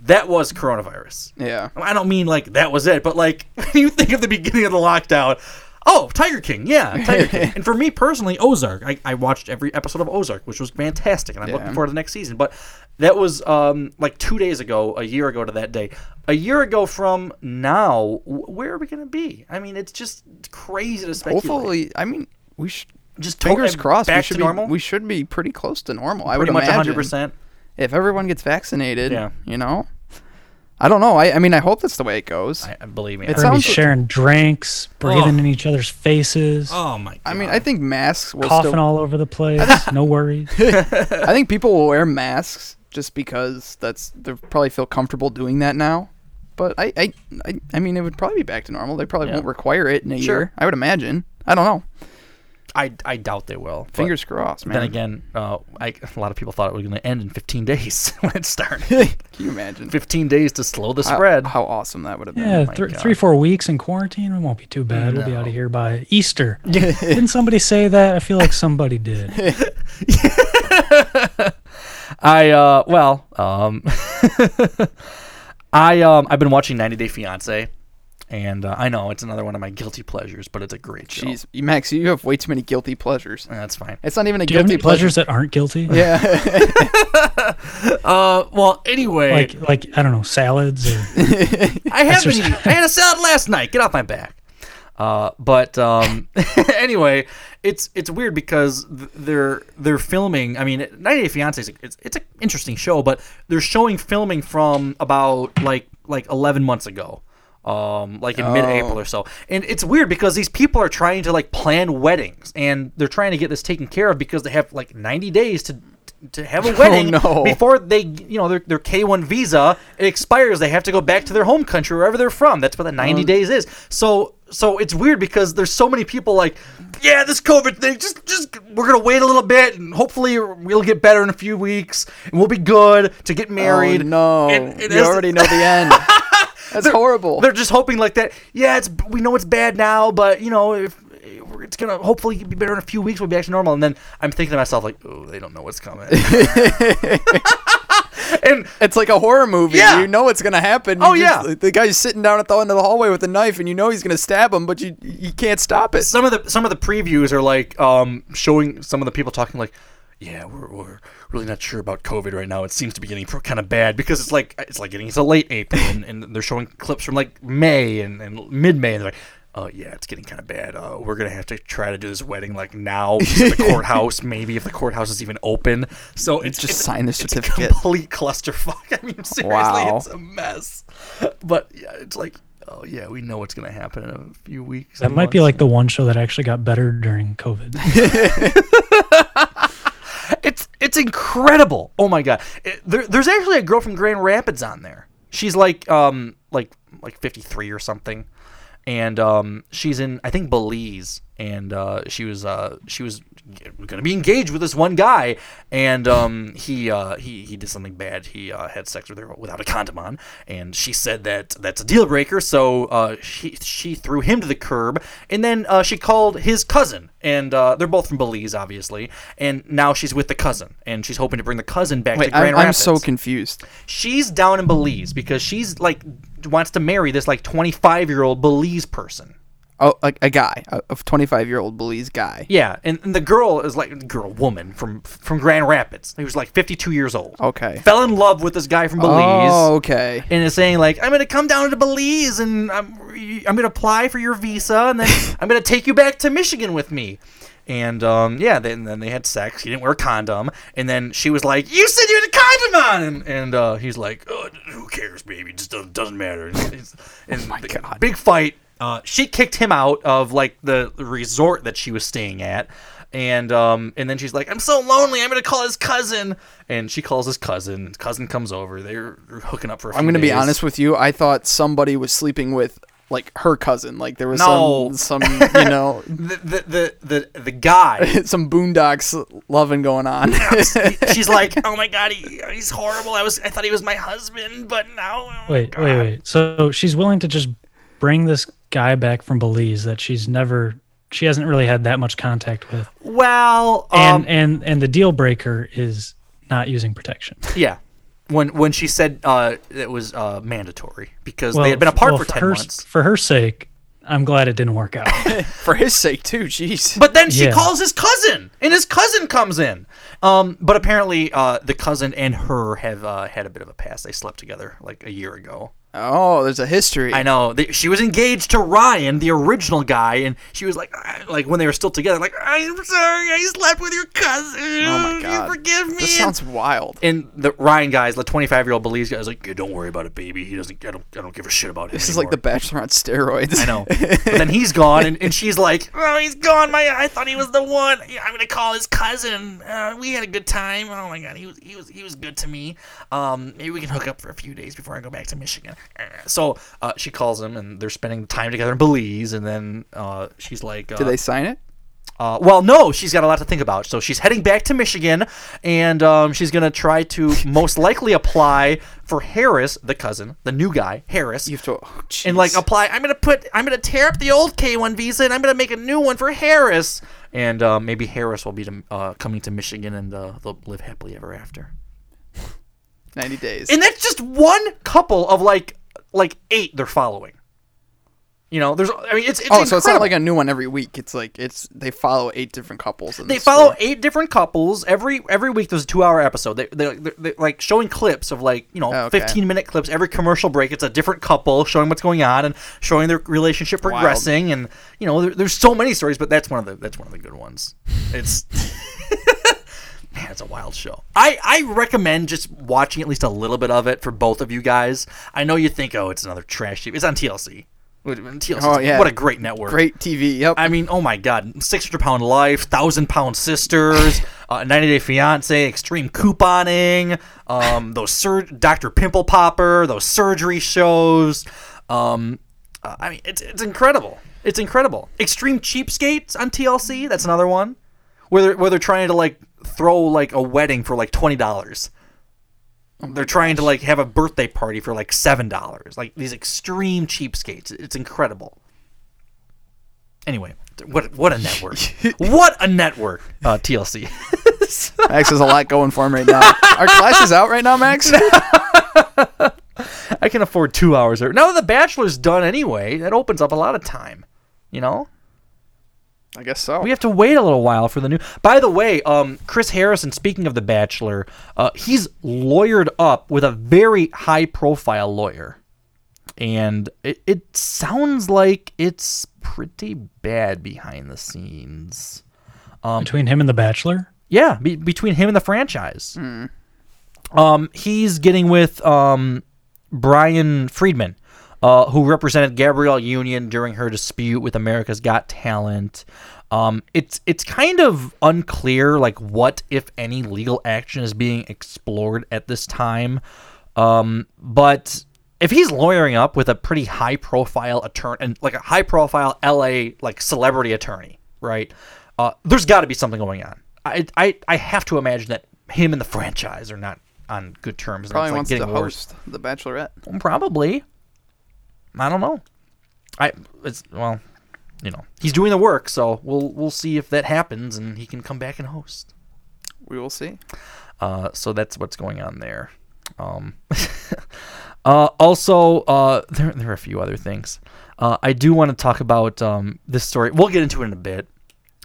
A: that was coronavirus.
B: Yeah.
A: I don't mean like that was it, but like when you think of the beginning of the lockdown, oh Tiger King, yeah, Tiger King. And for me personally, Ozark. I, I watched every episode of Ozark, which was fantastic, and I'm looking
B: Yeah.
A: forward to the next season. But that was um like two days ago, a year ago to that day. A year ago from now, wh- where are we gonna be? I mean, it's just crazy to speculate.
B: Hopefully, I mean we should
A: Just to-
B: fingers crossed. we
A: back
B: should
A: to
B: be
A: normal?
B: we should be pretty close to normal. I would
A: pretty much
B: imagine.
A: 100%.
B: If everyone gets vaccinated,
A: Yeah.
B: you know, I don't know. I, I mean, I hope that's the way it goes.
A: I, believe me,
B: It
C: We're gonna be
B: sounds-
C: sharing drinks, breathing in each other's faces,
A: Oh my! God.
B: I mean, I think masks will
C: coughing
B: still. Oh
C: all over the place. no worries.
B: I think people will wear masks just because that's they probably feel comfortable doing that now. But I, I, I, I mean, it would probably be back to normal. They probably
A: Yeah.
B: won't require it in a
A: Sure.
B: year. I would imagine. I don't know.
A: I, I doubt they will. but
B: Fingers crossed, man.
A: Then again, uh, I, a lot of people thought it was going to end in 15 days when it started. Can
B: you imagine?
A: 15 days to slow the
B: How-
A: spread.
B: How, awesome that would have been.
C: Yeah,
B: My
C: thr-
B: God.
C: three, four weeks in quarantine. It won't be too bad. We'll be
B: No.
C: out of here by Easter. Didn't somebody say that? I feel like somebody did.
A: I uh well um I um I've been watching 90 Day Fiance and uh, I know it's another one of my guilty pleasures but it's a great show.
B: Jeez, Max, you have way too many guilty pleasures.
A: That's fine.
B: It's not even a
C: Do you have
B: guilty
C: any
B: pleasure.
C: pleasures that aren't guilty?
B: Yeah.
A: Uh well anyway
C: like like I don't know salads.
A: I
C: Or
A: haven't.
C: exercise.
A: eaten- I had a salad last night. Get off my back. Uh, but um, anyway, it's it's weird because th- they're they're filming. I mean, 90 Day Fiance is it's it's an interesting show, but they're showing filming from about like like 11 months ago, um, like in
B: Oh.
A: mid-April or so. And it's weird because these people are trying to like plan weddings, and they're trying to get this taken care of because they have like 90 days to to have a
B: Oh,
A: wedding
B: no.
A: before before they, you know, their, their K1 visa it expires, they have to go back to their home country wherever they're from. That's what the 90
B: Mm.
A: days is. So so it's weird because there's so many people like, yeah, this COVID thing, just just we're gonna wait a little bit and hopefully we'll get better in a few weeks and we'll be good to get married.
B: Oh, no,
A: And- and
B: you
A: as-
B: already know the end. That's horrible.
A: They're just hoping like that. Yeah, it's we know it's bad now, but you know if. It's gonna hopefully be better in a few weeks. We'll be back to normal, and then I'm thinking to myself like, "Oh, they don't know what's coming." and
B: it's like a horror movie.
A: Yeah.
B: You know it's gonna happen.
A: Oh,
B: You just-
A: yeah.
B: the guy's sitting down at the end of the hallway with a knife, and you know he's gonna stab him, but you you can't stop it.
A: some of the some of the previews are like um, showing some of the people talking like yeah we're, we're really not sure about covid right now it seems to be getting kind of bad because it's like it's like getting into late april and, and they're showing clips from like may and, and mid-may and they're like oh yeah it's getting kind of bad uh, we're gonna have to try to do this wedding like now to the courthouse maybe if the courthouse is even open so it's
B: Just
A: it's-
B: sign the
A: it's
B: certificate.
A: a complete clusterfuck i mean seriously
B: Wow.
A: it's a mess but yeah it's like oh yeah we know what's gonna happen in a few weeks
C: That
A: and
C: might be
A: months.
C: like the one show that actually got better during COVID.
A: It's it's incredible. Oh my god. It- there, there's actually a girl from Grand Rapids on there. She's like um like like 53 or something. And um she's in I think Belize and uh she was uh she was going to be engaged with this one guy and um he uh he he did something bad. He uh, had sex with her without a condom on and she said that that's a deal breaker. So uh she she threw him to the curb and then uh, she called his cousin and uh, they're both from Belize obviously. And now she's with the cousin and she's hoping to bring the cousin back to
B: Wait,
A: Grand
B: I'm, I'm
A: Rapids
B: so confused.
A: she's down in Belize because she's like wants to marry this like 25 year old Belize person.
B: Oh, like a guy, a a 25 year old Belize guy.
A: Yeah, and, and the girl is like girl woman from from Grand Rapids. He was like 52 years old.
B: Okay.
A: Fell in love with this guy from Belize.
B: Oh, okay.
A: And is saying like I'm gonna come down to Belize and I'm I'm gonna apply for your visa and then I'm gonna take you back to Michigan with me. And um, yeah, then then they had sex. He didn't wear a condom, and then she was like, "You said you had a condom on," and, and uh, he's like, oh, "Who cares, baby? It just doesn't, doesn't matter." And, it's- and the- big fight. Uh, she kicked him out of like the resort that she was staying at, and um, and then she's like, "I'm so lonely. I'm gonna call his cousin." And she calls his cousin. His cousin comes over. They're hooking up for. i
B: I'm gonna be honest with you. I thought somebody was sleeping with like her cousin. Like there was
A: No.
B: some, some you know,
A: the the the, the guy.
B: some boondocks loving going on.
A: She's like, "Oh my god, he, he's horrible. I was I thought he was my husband, but now."
C: wait, wait, wait. So she's willing to just bring this guy back from Belize that she's never, she hasn't really had that much contact with,
A: Well, um,
C: and and and the deal breaker is not using protection.
A: yeah. When when she said uh, it was uh, mandatory because
C: Well,
A: they had been apart
C: well,
A: for ten
C: her,
A: months.
C: For her sake, I'm glad it didn't work out.
B: for his sake too. Jeez.
A: But then she
C: Yeah.
A: calls his cousin, and his cousin comes in. Um, but apparently, uh, the cousin and her have uh, had a bit of a past. They slept together like a year ago.
B: oh, there's a history.
A: I know They- she was engaged to Ryan, the original guy, and she was like, "Ah," like when they were still together, like, "I'm sorry, I slept with your cousin.
B: Oh my
A: You
B: god.
A: forgive me."
B: This sounds wild.
A: and the Ryan guy's the 25 year old Belize guy is like, yeah, "Don't worry about it, baby. He doesn't. I don't. I don't give a shit about him."
B: This is like the Bachelor on steroids.
A: I know. But then he's gone, and, and she's like, "Oh, he's gone. My, I thought he was the one. Yeah, I'm gonna call his cousin. Uh, we had a good time. Oh my god, he was, he was, he was good to me. Um, maybe we can hook up for a few days before I go back to Michigan." Uh, So uh, she calls him, and they're spending time together in Belize, and then uh, she's like, uh,
B: Did they sign it?
A: Uh, well, no, she's got a lot to think about. So she's heading back to Michigan, and um, she's going to try to most likely apply for Harris, the cousin, the new guy, Harris.
B: You have to, oh,
A: and like apply. I'm going to put. I'm going to tear up the old K1 visa, and I'm going to make a new one for Harris. And uh, maybe Harris will be to, uh, coming to Michigan, and uh, they'll live happily ever after.
B: 90 days.
A: And that's just one couple of like like eight they're following. You know, there's. I mean, it's, it's
B: oh, so it's
A: incredible.
B: not like a new one every week. It's like it's they follow eight different couples. In
A: they
B: this
A: follow
B: story.
A: eight different couples every every week. There's a two hour episode. They they they're, they're, like showing clips of like you know
B: Oh, okay.
A: fifteen minute clips every commercial break. It's a different couple showing what's going on and showing their relationship
B: Wild.
A: progressing. And you know, there, there's so many stories, but that's one of the that's one of the good ones. It's man, it's a wild show. I I recommend just watching at least a little bit of it for both of you guys. I know you think oh it's another trash TV. It's on TLC. Wait, TLC 's-
B: Oh, yeah.
A: What a great network.
B: Great TV. Yep.
A: I mean, oh my God, six hundred pound life, thousand pound sisters, uh, ninety day fiance, extreme couponing, um, those sur- Doctor Pimple Popper, those surgery shows. Um, uh, I mean, it's it's incredible. It's incredible. Extreme cheapskates on TLC. That's another one where they're where they're trying to like throw like a wedding for like twenty dollars. They're trying to like have a birthday party for like seven dollars. Like these extreme cheapskates. It's incredible. Anyway, what what a network! what a network! Uh, TLC.
B: Max has a lot going for him right now. Our class is out right now, Max.
A: I can afford two hours. Or, now that The Bachelor's done anyway, that opens up a lot of time. You know,
B: I guess so.
A: we have to wait a little while for the new. By the way, um, Chris Harrison. Speaking of The Bachelor, uh, he's lawyered up with a very high-profile lawyer, and it, it sounds like it's pretty bad behind the scenes. Um,
C: between him and The Bachelor.
A: Yeah, be- between him and the franchise. Um, he's getting with um, Brian Friedman, uh, who represented Gabrielle Union during her dispute with America's Got Talent. Um, it's it's kind of unclear, like what if any legal action is being explored at this time. Um, but if he's lawyering up with a pretty high profile attorney and like a high profile LA like celebrity attorney, right? Uh, there's got to be something going on. I, I I have to imagine that him and the franchise are not on good terms. and
B: Probably
A: it's, like,
B: wants to
A: getting worse.
B: host The Bachelorette.
A: Probably. I don't know. I it's well, you know, he's doing the work, so we'll we'll see if that happens and he can come back and host.
B: We will see.
A: Uh, so that's what's going on there. Um, uh, also, uh, there there are a few other things. Uh, I do want to talk about um, this story. We'll get into it in a bit.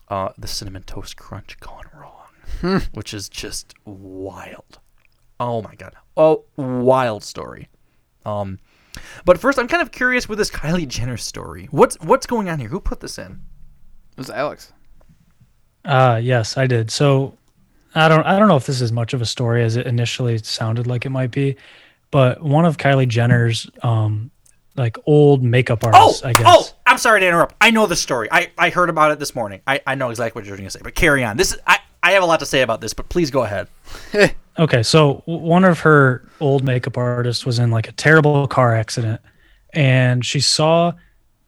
A: Uh, the cinnamon toast crunch gone wrong, which is just wild. Oh my god! Oh, wild story. Um, but first, I'm kind of curious with this Kylie Jenner story. What's what's going on here? Who put this in?
B: It was Alex.
C: Uh yes, I did. So I don't I don't know if this is much of a story as it initially sounded like it might be, but one of Kylie Jenner's um like old makeup artists, I guess.
A: Oh, I'm sorry to interrupt. I know the story. I, I heard about it this morning. I, I know exactly what you're going to say. But carry on. This is, I I have a lot to say about this, but please go ahead.
C: Okay, so w- one of her old makeup artists was in like a terrible car accident, and she saw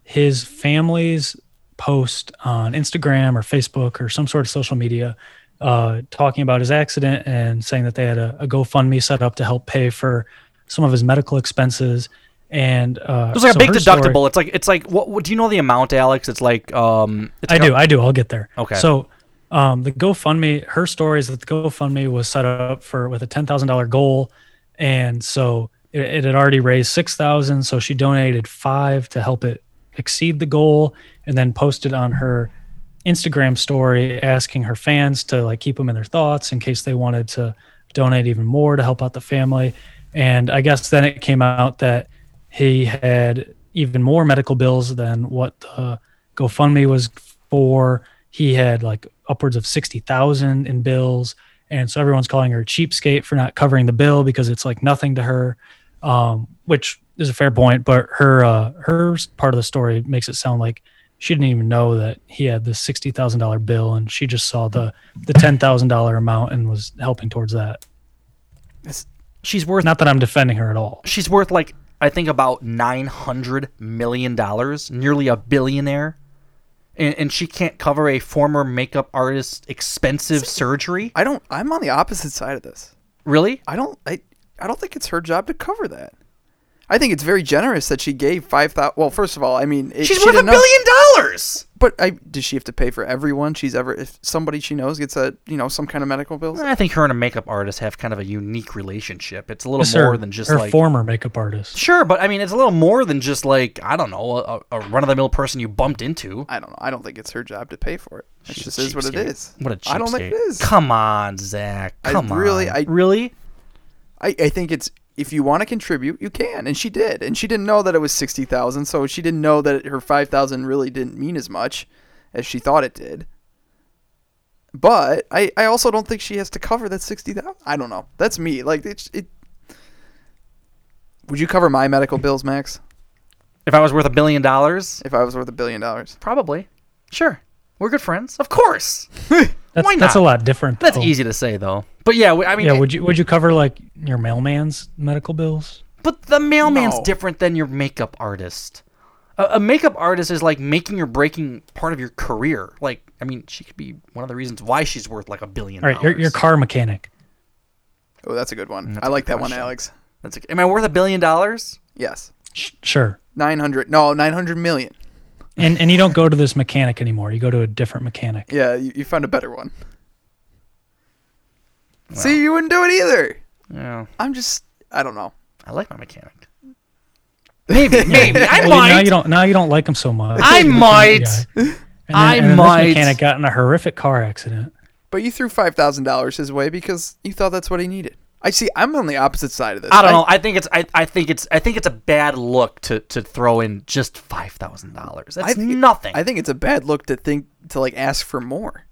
C: his family's post on Instagram or Facebook or some sort of social media uh, talking about his accident and saying that they had a, a GoFundMe set up to help pay for some of his medical expenses. And uh,
A: It was like
C: so
A: a big
C: her
A: deductible.
C: story-
A: It's like it's like what, what do you know the amount, Alex? It's like um. It's
C: I
A: kind
C: do,
A: of-
C: I do. I'll get there.
A: Okay.
C: So, um, the GoFundMe, her story is that the GoFundMe was set up for with a ten thousand dollar goal, and so it, it had already raised six thousand. So she donated five to help it exceed the goal, and then posted on her Instagram story asking her fans to like keep them in their thoughts in case they wanted to donate even more to help out the family. And I guess then it came out that he had even more medical bills than what the GoFundMe was for. He had like upwards of sixty thousand in bills, and so everyone's calling her a cheapskate for not covering the bill because it's like nothing to her, um, which is a fair point. But her uh, her s- part of the story makes it sound like she didn't even know that he had this sixty thousand dollar bill, and she just saw the the ten thousand dollar amount and was helping towards that.
A: She's worth
C: not that I'm defending her at all.
A: she's worth like I think about nine hundred million dollars, nearly a billionaire. and, and she can't cover a former makeup artist's expensive surgery.
B: I don't. I'm on the opposite side of this.
A: Really?
B: I don't. I. I don't think it's her job to cover that. I think it's very generous that she gave five thousand. Well, first of all, I mean, it,
A: She's
B: she
A: worth a
B: didn't know-
A: billion dollars.
B: But I does she have to pay for everyone she's ever? If somebody she knows gets a you know some kind of medical bills.
A: I think her and a makeup artist have kind of a unique relationship. It's a little
C: Yes,
A: more
C: her-
A: than just
C: her
A: like
C: former makeup artist.
A: Sure, but I mean, it's a little more than just like I don't know a, a run of the mill person you bumped into.
B: I don't know. I don't think it's her job to pay for it. It just is what it
A: Cheapskate.
B: is.
A: What a cheapskate.
B: I don't think it is.
A: Come on, Zach. Come
B: I really,
A: on.
B: I
A: really,
B: I, I think it's if you want to contribute, you can, and she did, and she didn't know that it was sixty thousand, so she didn't know that her five thousand really didn't mean as much as she thought it did. But I, I also don't think she has to cover that sixty thousand. I don't know. That's me. Like it, it. Would you cover my medical bills, Max?
A: If I was worth a billion dollars,
B: if I was worth a billion dollars,
A: probably. Sure, we're good friends. Of course.
C: That's,
A: Why
C: that's a
A: not?
C: lot different.
A: That's
C: though.
A: easy to say though. But yeah, we- I mean,
C: yeah, would you would you cover like your mailman's medical bills?
A: But the mailman's different than your makeup artist. A, a makeup artist is like making or breaking part of your career. Like, I mean, she could be one of the reasons why she's worth like a billion.
C: All right, your, your car mechanic.
B: Oh, that's a good one.
A: That's
B: I
A: a
B: like
A: good
B: that one,
A: question.
B: Alex.
A: That's a, am I worth a billion dollars?
B: Yes,
C: Sure.
B: nine hundred. No, nine hundred million.
C: And and you don't go to this mechanic anymore. You go to a different mechanic.
B: Yeah, you, you found a better one. See, you wouldn't do it either.
A: Yeah.
B: I'm just, I don't know.
A: I like my mechanic. Maybe, maybe I
C: Well, Now
A: might.
C: you don't. Now you don't like him so much.
A: I
C: You're the
A: might.
C: guy. And then-
A: I
C: and then this
A: might.
C: mechanic got in a horrific car accident.
B: But you threw five thousand dollars his way because you thought that's what he needed. I see. I'm on the opposite side of this.
A: I don't know. I think it's. I, I think it's. I think it's a bad look to to throw in just five thousand dollars. That's
B: think-
A: nothing.
B: I think it's a bad look to think to like ask for more.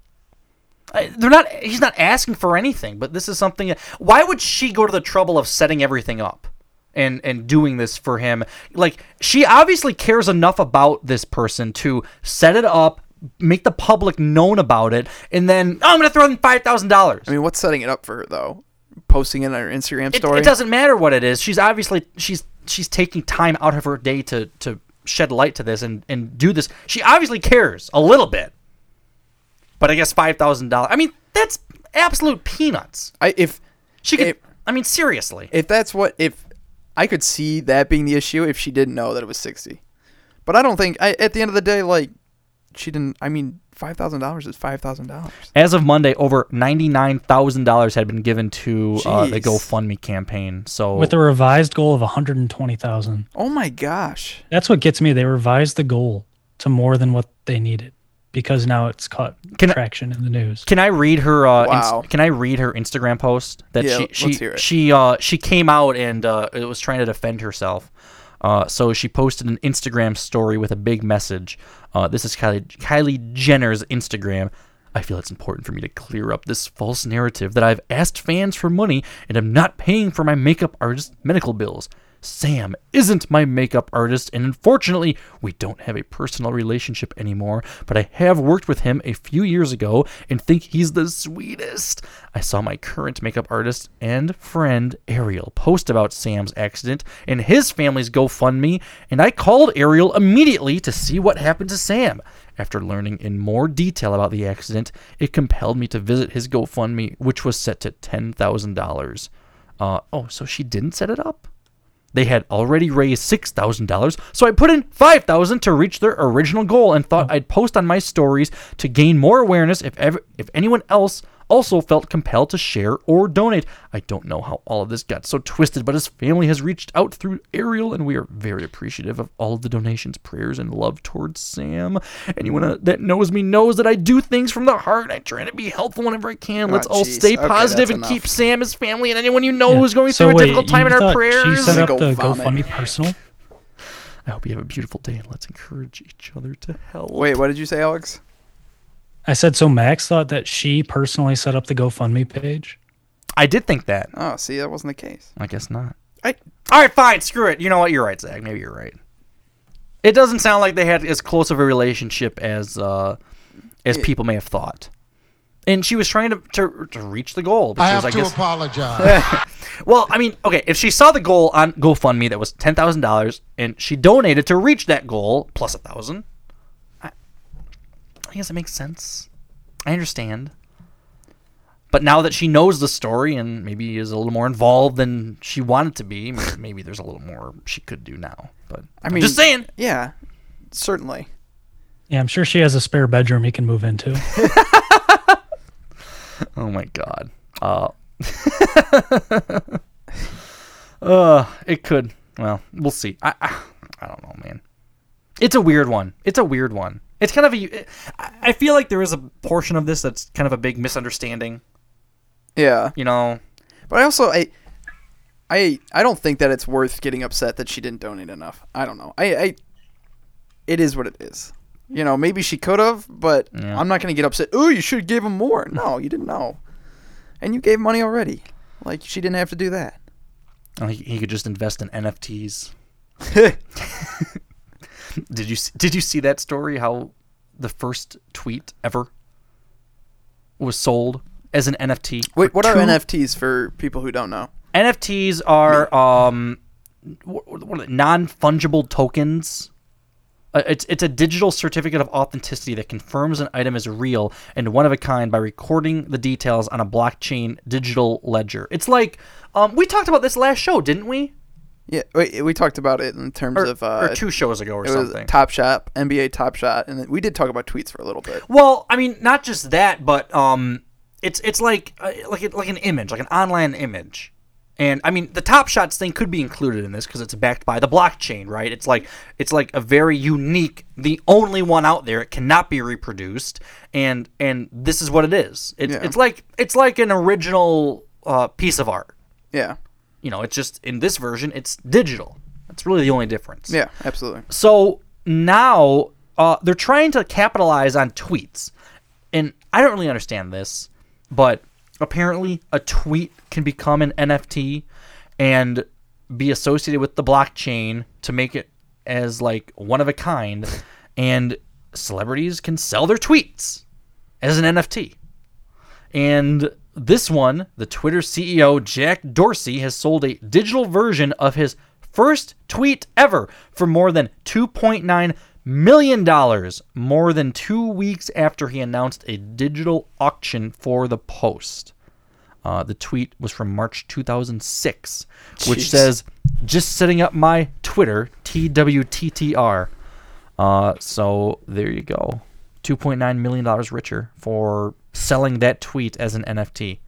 A: I- they're not. He's not asking for anything. But this is something. Why would she go to the trouble of setting everything up? And, and doing this for him like she obviously cares enough about this person to set it up make the public known about it and then oh, i'm gonna throw in five thousand dollars
B: I mean, what's setting it up for her though? Posting it on her Instagram
A: it,
B: story.
A: it doesn't matter what it is. She's obviously she's she's taking time out of her day to to shed light to this and and do this. She obviously cares a little bit. But I guess five thousand dollars. I mean, that's absolute peanuts.
B: I if
A: she could.
B: if-
A: I mean, seriously.
B: If that's what if I could see that being the issue if she didn't know that it was sixty. But I don't think I, at the end of the day, like she didn't. I mean, five thousand dollars is five thousand dollars.
A: As of Monday, over ninety nine thousand dollars had been given to uh, the
B: Jeez.
A: GoFundMe campaign. So
C: With a revised goal of 120,000.
B: Oh my gosh!
C: That's what gets me. They revised the goal to more than what they needed because now it's caught
A: Can I-
C: traction in the news.
A: Can I read her? Uh, ins-
B: Wow.
A: can I read her Instagram post that
B: Yeah,
A: she
B: let's
A: she
B: hear it.
A: she uh she came out and uh it was trying to defend herself. Uh, so she posted an Instagram story with a big message. Uh, this is Kylie Kylie Jenner's Instagram. I feel it's important for me to clear up this false narrative that I've asked fans for money and am not paying for my makeup artist medical bills. Sam isn't my makeup artist, and unfortunately, we don't have a personal relationship anymore, but I have worked with him a few years ago and think he's the sweetest. I saw my current makeup artist and friend Ariel post about Sam's accident and his family's GoFundMe, and I called Ariel immediately to see what happened to Sam. After learning in more detail about the accident, it compelled me to visit his GoFundMe, which was set to $10,000. Uh, oh, so she didn't set it up? They had already raised six thousand dollars, so I put in five thousand to reach their original goal, and
C: Hmm.
A: thought I'd post on my stories to gain more awareness if ever if anyone else also felt compelled to share or donate. I don't know how all of this got so twisted, but his family has reached out through Ariel, and we are very appreciative of all of the donations, prayers, and love towards Sam. Anyone uh, that knows me knows that I do things from the heart. I try to be helpful whenever I can.
C: Ah,
B: Oh,
A: Let's all
B: jeez.
A: stay
B: Okay,
A: positive
B: that's
A: and
B: enough.
A: keep Sam, his family, and anyone you know who's going
C: So
A: through
C: wait,
A: a difficult time
C: you
A: in our
C: thought
A: prayers.
C: She set up
B: Go
C: the
B: vomit.
C: GoFundMe personal.
A: I hope you have a beautiful day and let's encourage each other to help.
B: Wait, what did you say, Alex?
C: I said so. Max thought that she personally set up the GoFundMe page.
A: I did think that.
B: Oh, see, that wasn't the case.
A: I guess not.
B: I
A: All right, fine. Screw it. You know what? You're right, Zach. Maybe you're right. It doesn't sound like they had as close of a relationship as uh, as people may have thought. And she was trying to to, to reach the goal. But she was, I guess,
J: apologize.
A: Well, I mean, okay, if she saw the goal on GoFundMe that was ten thousand dollars and she donated to reach that goal plus a thousand, I guess it makes sense. I understand. But now that she knows the story and maybe is a little more involved than she wanted to be, may- maybe there's a little more she could do now. But
B: I
A: I'm
B: mean,
A: just saying.
B: Yeah, certainly.
C: Yeah, I'm sure she has a spare bedroom he can move into.
A: Oh my god. Uh, uh it could. Well, we'll see. I, I I don't know, man. It's a weird one. It's a weird one. It's kind of a I I feel like there is a portion of this that's kind of a big misunderstanding.
B: Yeah.
A: You know.
B: But I also I I I don't think that it's worth getting upset that she didn't donate enough. I don't know. I I it is what it is. You know, maybe she could have, but
A: Yeah.
B: I'm not going to get upset. Oh, you should have gave him more. No, you didn't know. And you gave money already. Like she didn't have to do that.
A: Oh, he, he could just invest in NFTs. did you s- did you see that story? How the first tweet ever was sold as an NFT. for
B: Wait, what are
A: two-
B: NFTs for people who don't know?
A: NFTs are um, wh- what are they? non-fungible tokens. Uh, It's it's a digital certificate of authenticity that confirms an item is real and one of a kind by recording the details on a blockchain digital ledger. It's like um, we talked about this last show, didn't we?
B: Yeah, we, we talked about it in terms
A: Or-
B: of uh,
A: or two shows ago or
B: it was
A: something.
B: Top Shot, NBA Top Shot, and then we did talk about tweets for a little bit.
A: Well, I mean, not just that, but um, it's it's like uh, like like an image, like an online image, and I mean the Top Shots thing could be included in this because it's backed by the blockchain, right? It's like it's like a very unique, the only one out there. It cannot be reproduced, and and this is what it is. It's
B: Yeah.
A: it's like it's like an original uh, piece of art.
B: Yeah,
A: You know, it's just in this version, it's digital. That's really the only difference.
B: yeah, absolutely.
A: So now uh, they're trying to capitalize on tweets. And I don't really understand this, but apparently a tweet can become an NFT and be associated with the blockchain to make it as like one of a kind. And celebrities can sell their tweets as an NFT. And this one, the Twitter CEO Jack Dorsey has sold a digital version of his first tweet ever for more than $2.9 million, more than two weeks after he announced a digital auction for the post. Uh, the tweet was from March 2006,
B: Jeez.
A: which says, Just setting up my Twitter, TWTTR. Uh, so there you go. $2.9 million richer for selling that tweet as an NFT.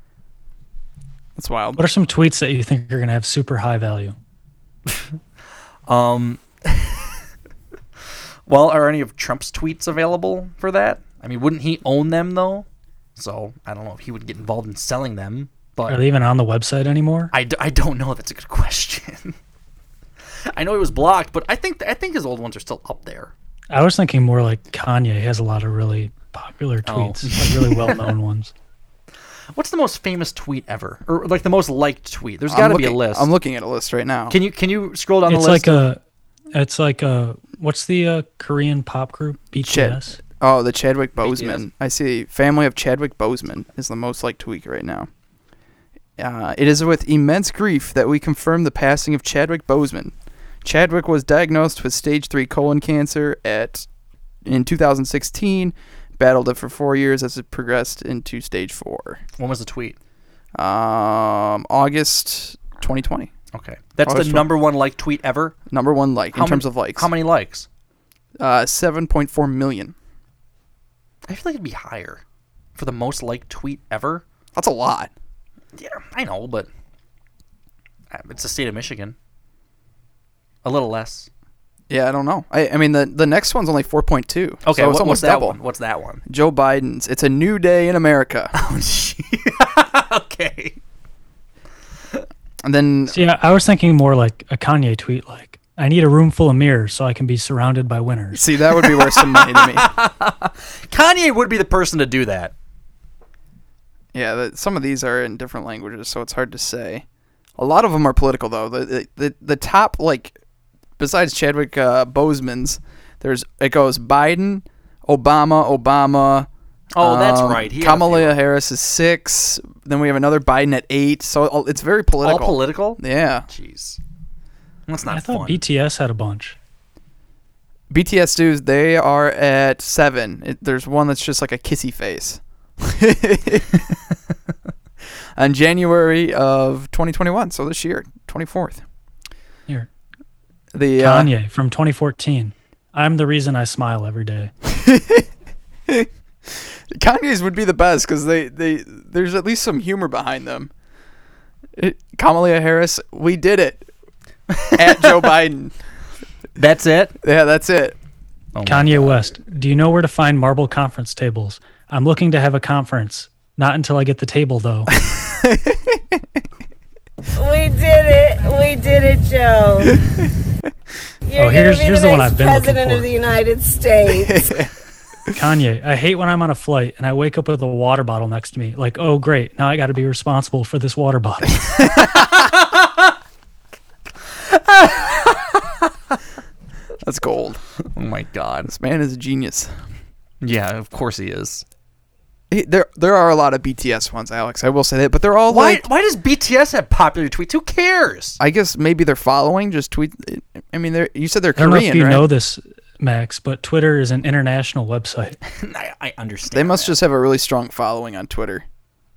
B: That's wild.
C: What are some tweets that you think are going to have super high value?
A: Um, well, are any of Trump's tweets available for that? I mean, wouldn't he own them though? So I don't know if he would get involved in selling them. But
C: Are they even on the website anymore?
A: I, d- I don't know. That's a good question. I know he was blocked, but I think I think his old ones are still up there.
C: I was thinking more like Kanye has a lot of really popular
A: Oh.
C: tweets, like really well-known ones.
A: What's the most famous tweet ever, or like the most liked tweet? There's got to be a list.
B: I'm looking at a list right now.
A: Can you can you scroll down
C: it's
A: the list?
C: like a, it's like a, what's the uh, Korean pop group BTS?
B: Oh, the Chadwick Boseman. I see. Family of Chadwick Boseman is the most liked tweet right now. Uh, it is with immense grief that we confirm the passing of Chadwick Boseman. Chadwick was diagnosed with stage three colon cancer at in 2016. Battled it for four years as it progressed into stage four.
A: when was the tweet?
B: Um, August 2020.
A: Okay, that's
B: August
A: the
B: tw-
A: number one liked tweet ever.
B: number one like in
A: How
B: terms
A: many-
B: of likes.
A: How many likes?
B: Uh, 7.4 million.
A: I feel like it'd be higher for the most liked tweet ever.
B: That's a lot.
A: Yeah, I know, but uh, it's the state of Michigan. A little less.
B: Yeah, I don't know. I, I mean, the the next one's only 4.2. Okay, so it's
A: Okay, what-
B: almost
A: what's that
B: double.
A: one? What's that one?
B: Joe Biden's. It's a new day in America.
A: okay.
B: And then
C: See, I, I was thinking more like a Kanye tweet, like I need a room full of mirrors so I can be surrounded by winners.
B: see that would be worth some money to me.
A: Kanye would be the person to do that.
B: Yeah, that, some of these are in different languages, so it's hard to say. A lot of them are political though. The the the, the top like besides Chadwick uh, Boseman's, there's it goes Biden, Obama, Obama. um,
A: Oh, that's right. He had a
B: Kamala Harris is six. Then we have another Biden at eight. So all- it's very political.
A: All political?
B: Yeah.
A: Jeez. That's not
C: I thought
A: fun.
C: BTS had a bunch.
B: BTS dudes, they are at seven. It, there's one that's just like a kissy face. On January of 2021, so this year, 24th.
C: Here.
B: The uh,
C: Kanye from 2014. I'm the reason I smile every day.
B: Kanye's would be the best because they, they there's at least some humor behind them. It, Kamalia Harris, we did it at Joe Biden.
A: That's it.
B: Yeah, that's it.
C: Oh Kanye West, do you know where to find marble conference tables? I'm looking to have a conference. Not until I get the table, though.
Q: we did it. We did it, Joe. You're
C: Oh, here's-
Q: gonna be
C: here's
Q: the,
C: the one
Q: next
C: I've been looking
Q: president of
C: for.
Q: the United States.
C: Kanye, I hate when I'm on a flight and I wake up with a water bottle next to me. Like, oh, great. Now I got to be responsible for this water bottle.
B: That's gold.
A: Oh my god.
B: This man is a genius.
A: Yeah, of course he is.
B: He- there there are a lot of BTS ones, Alex. I will say that, but they're all
A: Why
B: like
A: why does BTS have popular tweets? Who cares?
B: I guess maybe they're following just tweet. I mean, they're you said they're
C: I don't
B: Korean,
C: know if you
B: right?
C: know this, Max, but Twitter is an international website.
A: I, I understand.
B: They must just have a really strong following on Twitter.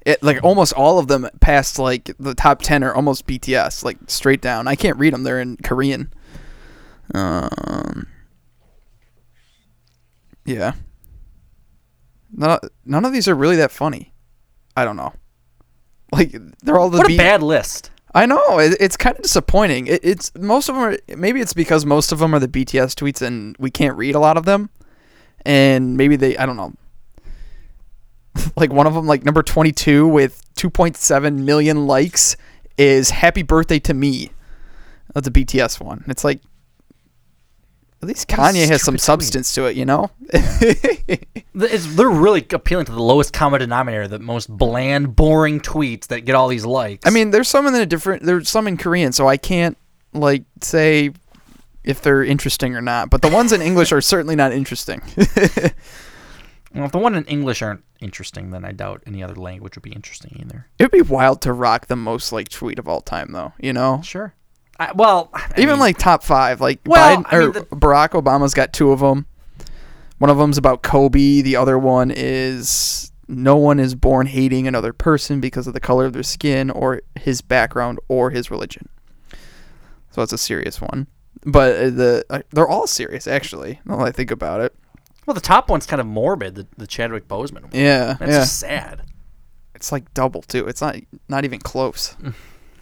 B: It, like almost all of them past like the top ten are almost BTS, like straight down. I can't read them; they're in Korean. Um, yeah. None, none of these are really that funny. I don't know. Like they're all the
A: What a
B: B-
A: bad list.
B: I know it, it's kind of disappointing. It, it's most of them are maybe it's because most of them are the BTS tweets and we can't read a lot of them, and maybe they I don't know. like one of them, like number twenty two with two point seven million likes, is "Happy Birthday to Me." That's a BTS one. It's like at least
A: What a
B: Kanye has
A: stupid
B: some
A: tweet.
B: substance to it, you know.
A: Th- It's, they're really appealing to the lowest common denominator, the most bland, boring tweets that get all these likes.
B: I mean, there's some in a different. There's some in Korean, so I can't like say if they're interesting or not. But the ones in English are certainly not interesting.
A: Well, if the one in English aren't interesting, then I doubt any other language would be interesting either.
B: It'd be wild to rock the most like tweet of all time, though. You know?
A: Sure. I, well, I
B: Even
A: mean,
B: like top five, like
A: Well,
B: Biden,
A: I mean,
B: or
A: the-
B: Barack Obama's got two of them. One of them's about Kobe. The other one is no one is born hating another person because of the color of their skin or his background or his religion. So it's a serious one. But uh, the uh, they're all serious actually. Now that I think about it,
A: well, the top one's kind of morbid, the, the Chadwick Boseman one.
B: Yeah,
A: That's
B: yeah.
A: just sad.
B: it's like double too. It's not not even close.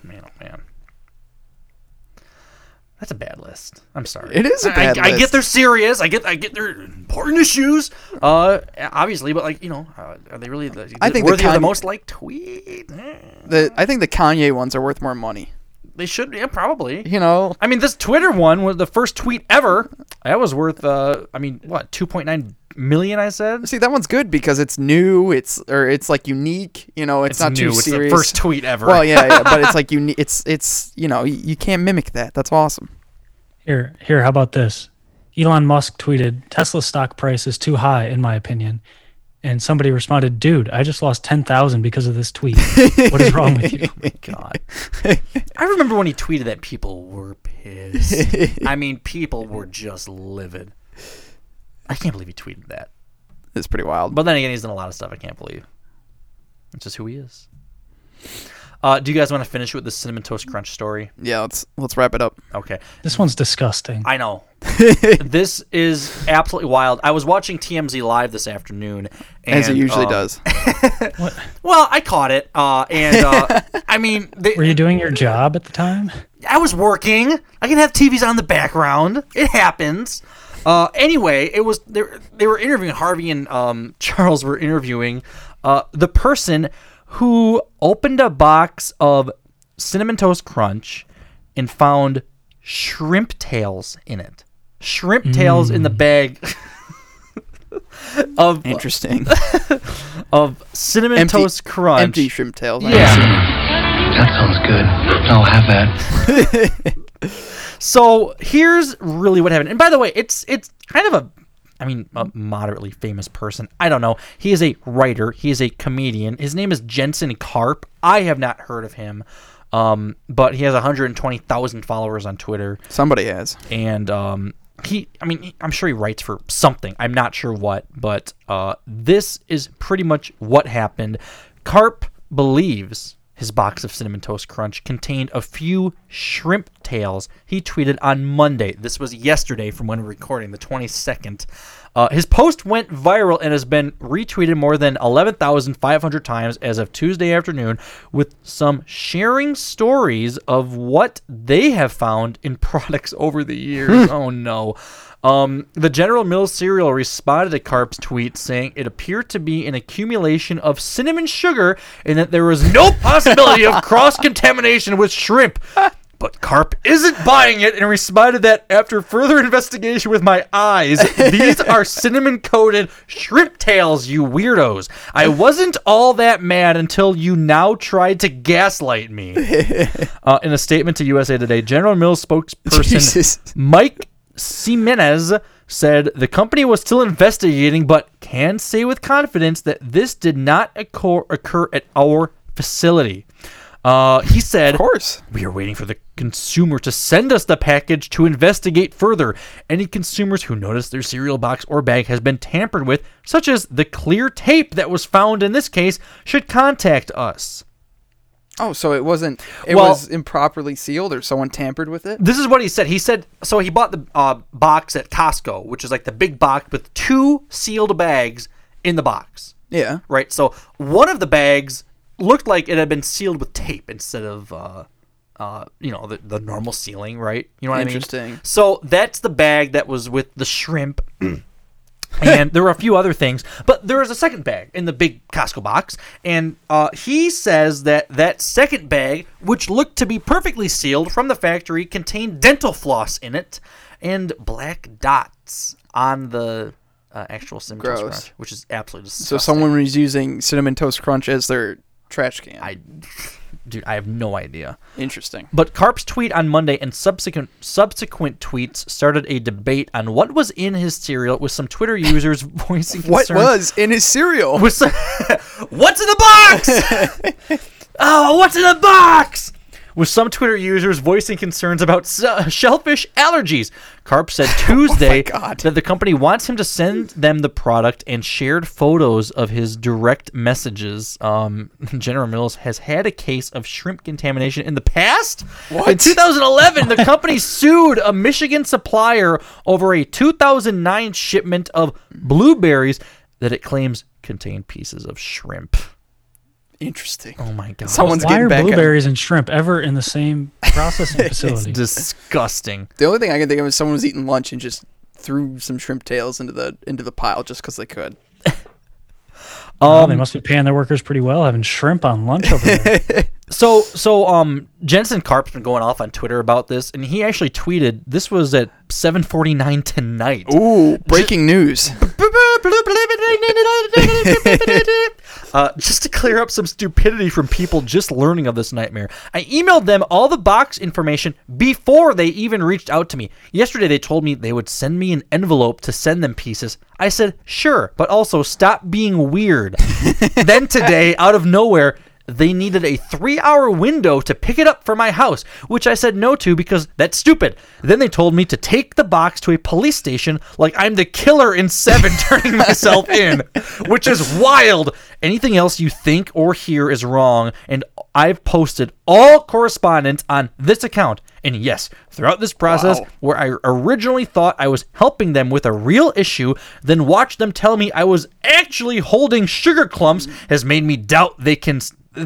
A: Man, oh man. That's a bad list. I'm sorry.
B: It is a
A: I-
B: bad
A: I, I get
B: list.
A: they're serious. I get I get their important issues. Uh, obviously, but like you know, uh, are they really the,
B: I think the
A: worthy of the
B: Kanye-
A: most liked tweet? Eh,
B: The I think the Kanye ones are worth more money.
A: They should, yeah, probably.
B: You know,
A: I mean, this Twitter one was the first tweet ever. That was worth, uh, I mean, what, 2.9 million? I said.
B: See, that one's good because it's new. It's or it's like unique. You know, it's,
A: It's
B: not
A: new,
B: too
A: it's the
B: serious.
A: first tweet ever.
B: Well, yeah, yeah but it's like unique. It's it's you know you, you can't mimic that. That's awesome.
C: Here, here. How about this? Elon Musk tweeted, "Tesla stock price is too high, in my opinion." And somebody responded, "Dude, I just lost ten thousand because of this tweet. what is wrong with you?"
A: God, I remember when he tweeted that people were pissed. I mean, people were just livid. I can't believe he tweeted that.
B: It's pretty wild.
A: But then again, he's done a lot of stuff I can't believe. It's just who he is. Uh, do you guys want to finish with the cinnamon toast crunch story?
B: Yeah, let's let's wrap it up.
A: Okay.
C: This one's disgusting.
A: I know. this is absolutely wild. I was watching TMZ live this afternoon, and,
B: As it usually
A: uh,
B: does.
A: Well, I caught it, uh, and uh, I mean, they,
C: Were you doing your job at the time?
A: I was working. I can have TVs on the background. It happens. Uh, anyway, it was they, they were interviewing Harvey and um, Charles were interviewing uh, the person who opened a box of cinnamon toast crunch and found shrimp tails in it. Shrimp tails in the
B: Mm.
A: bag of
B: Interesting.
A: of cinnamon
B: Empty-
A: toast crunch.
B: empty shrimp tails. I
A: Yeah.
P: That sounds good. I'll have that.
A: So here's really what happened. And by the way, it's it's kind of a I mean a moderately famous person. I don't know. He is a writer, he is a comedian. His name is Jensen Karp. I have not heard of him. Um, but he has 120,000 followers on Twitter
B: Somebody has.
A: and um he i mean he- i'm sure he writes for something i'm not sure what but uh, this is pretty much what happened carp believes his box of cinnamon toast crunch contained a few shrimp tails he tweeted on monday this was yesterday from when we're recording the 22nd uh, his post went viral and has been retweeted more than 11,500 times as of Tuesday afternoon, with some sharing stories of what they have found in products over the years. oh no. Um, the General Mills cereal responded to Carp's tweet saying it appeared to be an accumulation of cinnamon sugar and that there was no possibility of cross contamination with shrimp. But Carp isn't buying it and responded that after further investigation with my eyes, these are cinnamon coated shrimp tails, you weirdos. I wasn't all that mad until you now tried to gaslight me. Uh, in a statement to USA Today, General Mills spokesperson Mike Simenez said the company was still investigating, but can say with confidence that this did not occur, occur at our facility. Uh, he said, "Of
B: course,
A: we are waiting for the consumer to send us the package to investigate further. Any consumers who notice their cereal box or bag has been tampered with, such as the clear tape that was found in this case, should contact us."
B: Oh, so it wasn't. It
A: Well-
B: was improperly sealed, or someone tampered with it.
A: This is what he said. He said so. He bought the uh, box at Costco, which is like the big box with two sealed bags in the box.
B: Yeah.
A: Right. So one of the bags looked like it had been sealed with tape instead of, uh, uh, you know, the, the normal sealing. Right. You know what I mean?
B: Interesting.
A: So that's the bag that was with the shrimp. and there were a few other things, but there was a second bag in the big Costco box, and uh, he says that that second bag, which looked to be perfectly sealed from the factory, contained dental floss in it and black dots on the uh, actual cinnamon Toast
B: Gross.
A: Crunch, which is absolutely
B: So
A: disgusting.
B: someone was using cinnamon toast crunch as their trash can.
A: I, dude, I have no idea.
B: Interesting.
A: But Carp's tweet on Monday and subsequent subsequent tweets started a debate on what was in his cereal, with some Twitter users voicing
B: What
A: concerns.
B: was in his cereal?
A: With some- what's in the box? oh, what's in the box? With some Twitter users voicing concerns about s- uh, shellfish allergies. Carp said Tuesday that the company wants him to send them the product and shared photos of his direct messages. Um, General Mills has had a case of shrimp contamination in the past. In 2011, the company sued a Michigan supplier over a 2009 shipment of blueberries that it claims contained pieces of shrimp.
B: Interesting.
A: Oh my god.
B: Someone's
C: Why
B: getting
C: are
B: back at him.
C: blueberries and shrimp ever in the same processing facility?
A: disgusting.
B: The only thing I can think of is someone was eating lunch and just threw some shrimp tails into the into the pile just because they could.
C: Oh,
A: Um,
C: they must be paying their workers pretty well having shrimp on lunch over there.
A: So so um Jensen Karp's been going off on Twitter about this and he actually tweeted this was at 7:49 tonight.
B: Ooh, breaking news.
A: Uh, just to clear up some stupidity from people just learning of this nightmare, I emailed them all the box information before they even reached out to me. Yesterday, they told me they would send me an envelope to send them pieces. I said, sure, but also stop being weird. then today, out of nowhere, they needed a three hour window to pick it up for my house, which I said no to because that's stupid. Then they told me to take the box to a police station like I'm the killer in Seven turning myself in, which is wild. Anything else you think or hear is wrong, and I've posted all correspondence on this account. And yes, throughout this process, where I originally thought I was helping them with a real issue, then watch them tell me I was actually holding sugar clumps has made me doubt they can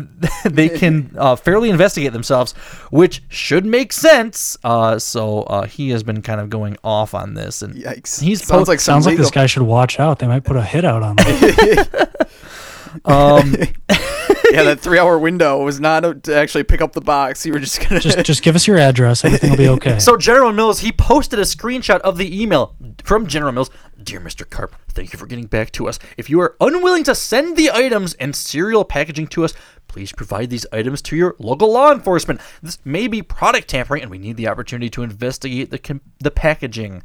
A: they can uh, fairly investigate themselves, which should make sense. Uh, so uh, he has been kind of going off on this, and
B: Yikes.
A: he's
B: Sounds
A: po-
B: like
C: Sounds like this guy should watch out. They might put a hit out on him.
A: Um,
B: yeah, that three hour window was not a, to actually pick up the box. You were just gonna
C: just just give us your address. Everything will be okay.
A: So General Mills, he posted a screenshot of the email from General Mills. Dear Mr. Carp, thank you for getting back to us. If you are unwilling to send the items and cereal packaging to us, please provide these items to your local law enforcement. This may be product tampering, and we need the opportunity to investigate the com- the packaging.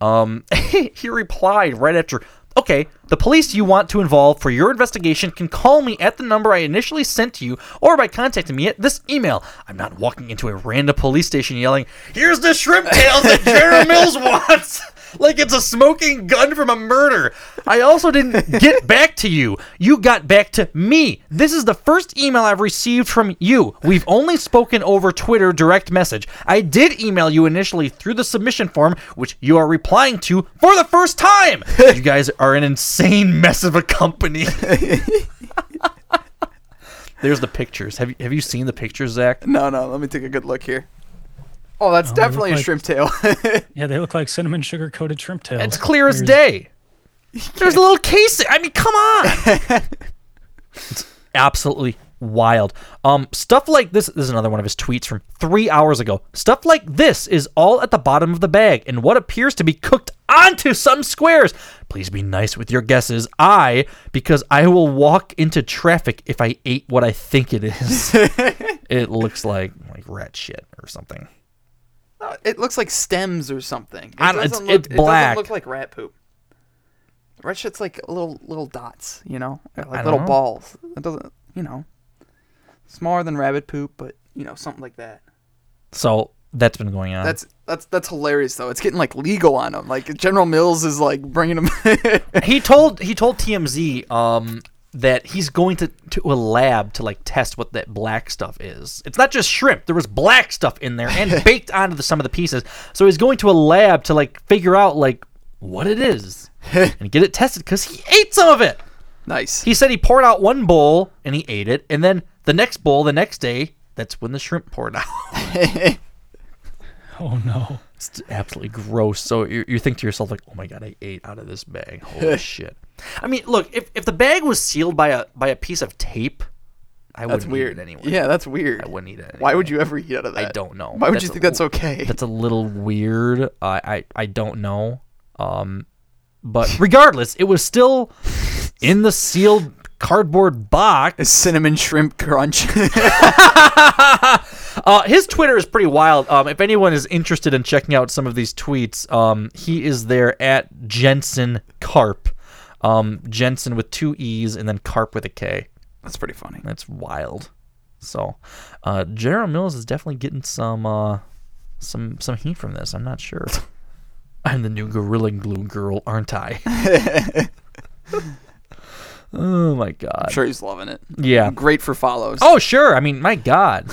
A: Um, he replied right after. Okay, the police you want to involve for your investigation can call me at the number I initially sent to you or by contacting me at this email. I'm not walking into a random police station yelling, Here's the shrimp tails that Jerry Mills wants! like it's a smoking gun from a murder. I also didn't get back to you. You got back to me. This is the first email I've received from you. We've only spoken over Twitter direct message. I did email you initially through the submission form, which you are replying to for the first time. You guys are an insane mess of a company. There's the pictures. Have you, have you seen the pictures, Zach?
B: No, no. Let me take a good look here. Oh, that's no, definitely a like, shrimp tail.
C: yeah, they look like cinnamon sugar coated shrimp tails.
A: It's clear There's, as day. There's a little case. I mean, come on. it's absolutely wild. Um, stuff like this, this is another one of his tweets from three hours ago. Stuff like this is all at the bottom of the bag and what appears to be cooked onto some squares. Please be nice with your guesses. I, because I will walk into traffic if I ate what I think it is. it looks like like rat shit or something.
B: It looks like stems or something. It
A: doesn't it's, look, it's black.
B: It doesn't look like rat poop. Rat shit's like little little dots, you know, like little know. balls. It doesn't, you know, smaller than rabbit poop, but you know, something like that.
A: So that's been going on.
B: That's that's that's hilarious though. It's getting like legal on him. Like General Mills is like bringing him.
A: he told he told TMZ um, that he's going to, to a lab to like test what that black stuff is. It's not just shrimp. There was black stuff in there and baked onto the, some of the pieces. So he's going to a lab to like figure out like what it is and get it tested because he ate some of it.
B: Nice.
A: He said he poured out one bowl and he ate it, and then the next bowl the next day. That's when the shrimp poured out.
C: oh no.
A: It's absolutely gross. So you, you think to yourself like, oh my god, I ate out of this bag. Holy shit! I mean, look, if, if the bag was sealed by a by a piece of tape, I
B: that's
A: wouldn't
B: weird.
A: eat it anyway.
B: Yeah, that's weird.
A: I wouldn't eat it. Anyway.
B: Why would you ever eat out of that?
A: I don't know.
B: Why would that's you think a, that's okay?
A: That's a little weird. Uh, I I don't know. Um, but regardless, it was still in the sealed cardboard box.
B: A cinnamon shrimp crunch.
A: uh, his Twitter is pretty wild. Um, if anyone is interested in checking out some of these tweets, um, he is there at Jensen Carp. Um, Jensen with two E's and then Carp with a K.
B: That's pretty funny.
A: That's wild. So, uh, General Mills is definitely getting some uh, some some heat from this. I'm not sure. I'm the new Gorilla Glue girl, aren't I? Oh my god.
B: I'm sure he's loving it.
A: Yeah.
B: Great for follows.
A: Oh sure. I mean, my god.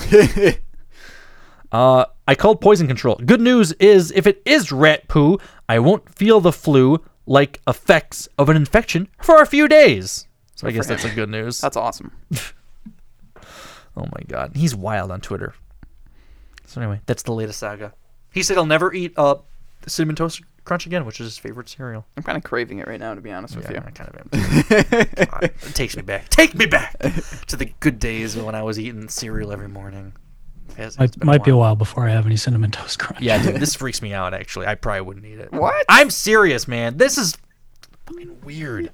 A: uh, I called poison control. Good news is if it is rat poo, I won't feel the flu like effects of an infection for a few days. So I guess that's a good news.
B: that's awesome.
A: oh my god. He's wild on Twitter. So anyway, that's the latest saga. He said he'll never eat uh cinnamon toast Crunch again, which is his favorite cereal.
B: I'm kind of craving it right now, to be honest with
A: yeah,
B: you.
A: I kind of am. God, it takes me back. Take me back to the good days when I was eating cereal every morning.
C: It might, might a be a while before I have any cinnamon toast crunch.
A: Yeah, dude, this freaks me out. Actually, I probably wouldn't eat it.
B: What?
A: I'm serious, man. This is fucking weird.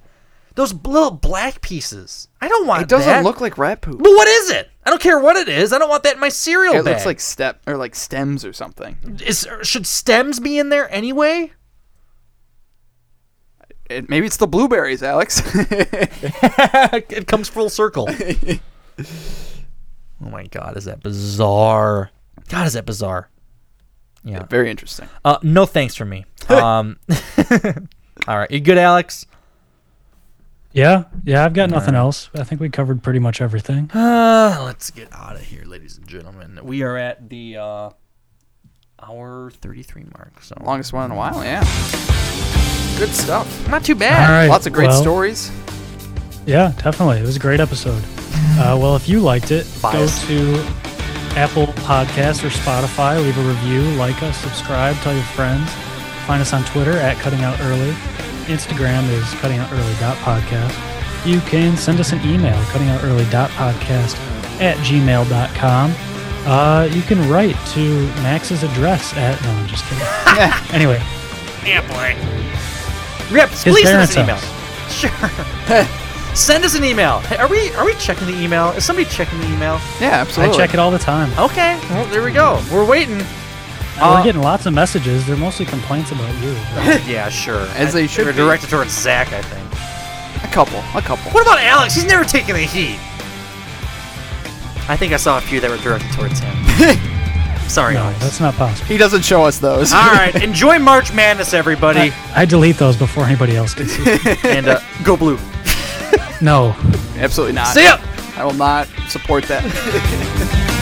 A: Those little black pieces. I don't want.
B: It doesn't
A: that.
B: look like rat poop.
A: But what is it? I don't care what it is. I don't want that in my cereal.
B: It
A: bag.
B: looks like step or like stems or something.
A: Is, should stems be in there anyway?
B: It, maybe it's the blueberries, Alex.
A: Uh, it comes full circle. oh my god, is that bizarre? God, is that bizarre?
B: Yeah, yeah very interesting.
A: Uh, no thanks from me. um, all right, you good, Alex?
C: Yeah, yeah, I've got all nothing right. else. I think we covered pretty much everything.
A: Uh, let's get out of here, ladies and gentlemen. We are at the uh, hour thirty-three mark. So
B: longest one in a while, yeah good stuff.
A: Not too bad.
B: Right, Lots of great well, stories.
C: Yeah, definitely. It was a great episode. Uh, well, if you liked it, Bias. go to Apple Podcasts or Spotify, leave a review, like us, subscribe, tell your friends. Find us on Twitter at Cutting Out Early. Instagram is Cutting Out Early Podcast. You can send us an email, Cutting Out Early Podcast at gmail.com. Uh, you can write to Max's address at. No, I'm just kidding. anyway.
A: Yeah, boy. Rip, please send us an email. House. Sure. send us an email. Hey, are we are we checking the email? Is somebody checking the email?
B: Yeah, absolutely.
A: Uh,
C: I check it all the time.
A: Okay. Well, there we go. We're waiting.
C: We're getting lots of messages. They're mostly complaints about you.
A: yeah, sure.
B: As they should
A: They're
B: be.
A: directed towards Zach, I think.
B: A couple. A couple.
A: What about Alex? He's never taken the heat. I think I saw a few that were directed towards him. Sorry,
C: No,
A: Alex.
C: that's not possible.
B: He doesn't show us those.
A: All right, enjoy March Madness, everybody,
C: I delete those before anybody else can see.
A: and uh, go blue.
C: No.
B: Absolutely not.
A: See ya.
B: I will not support that.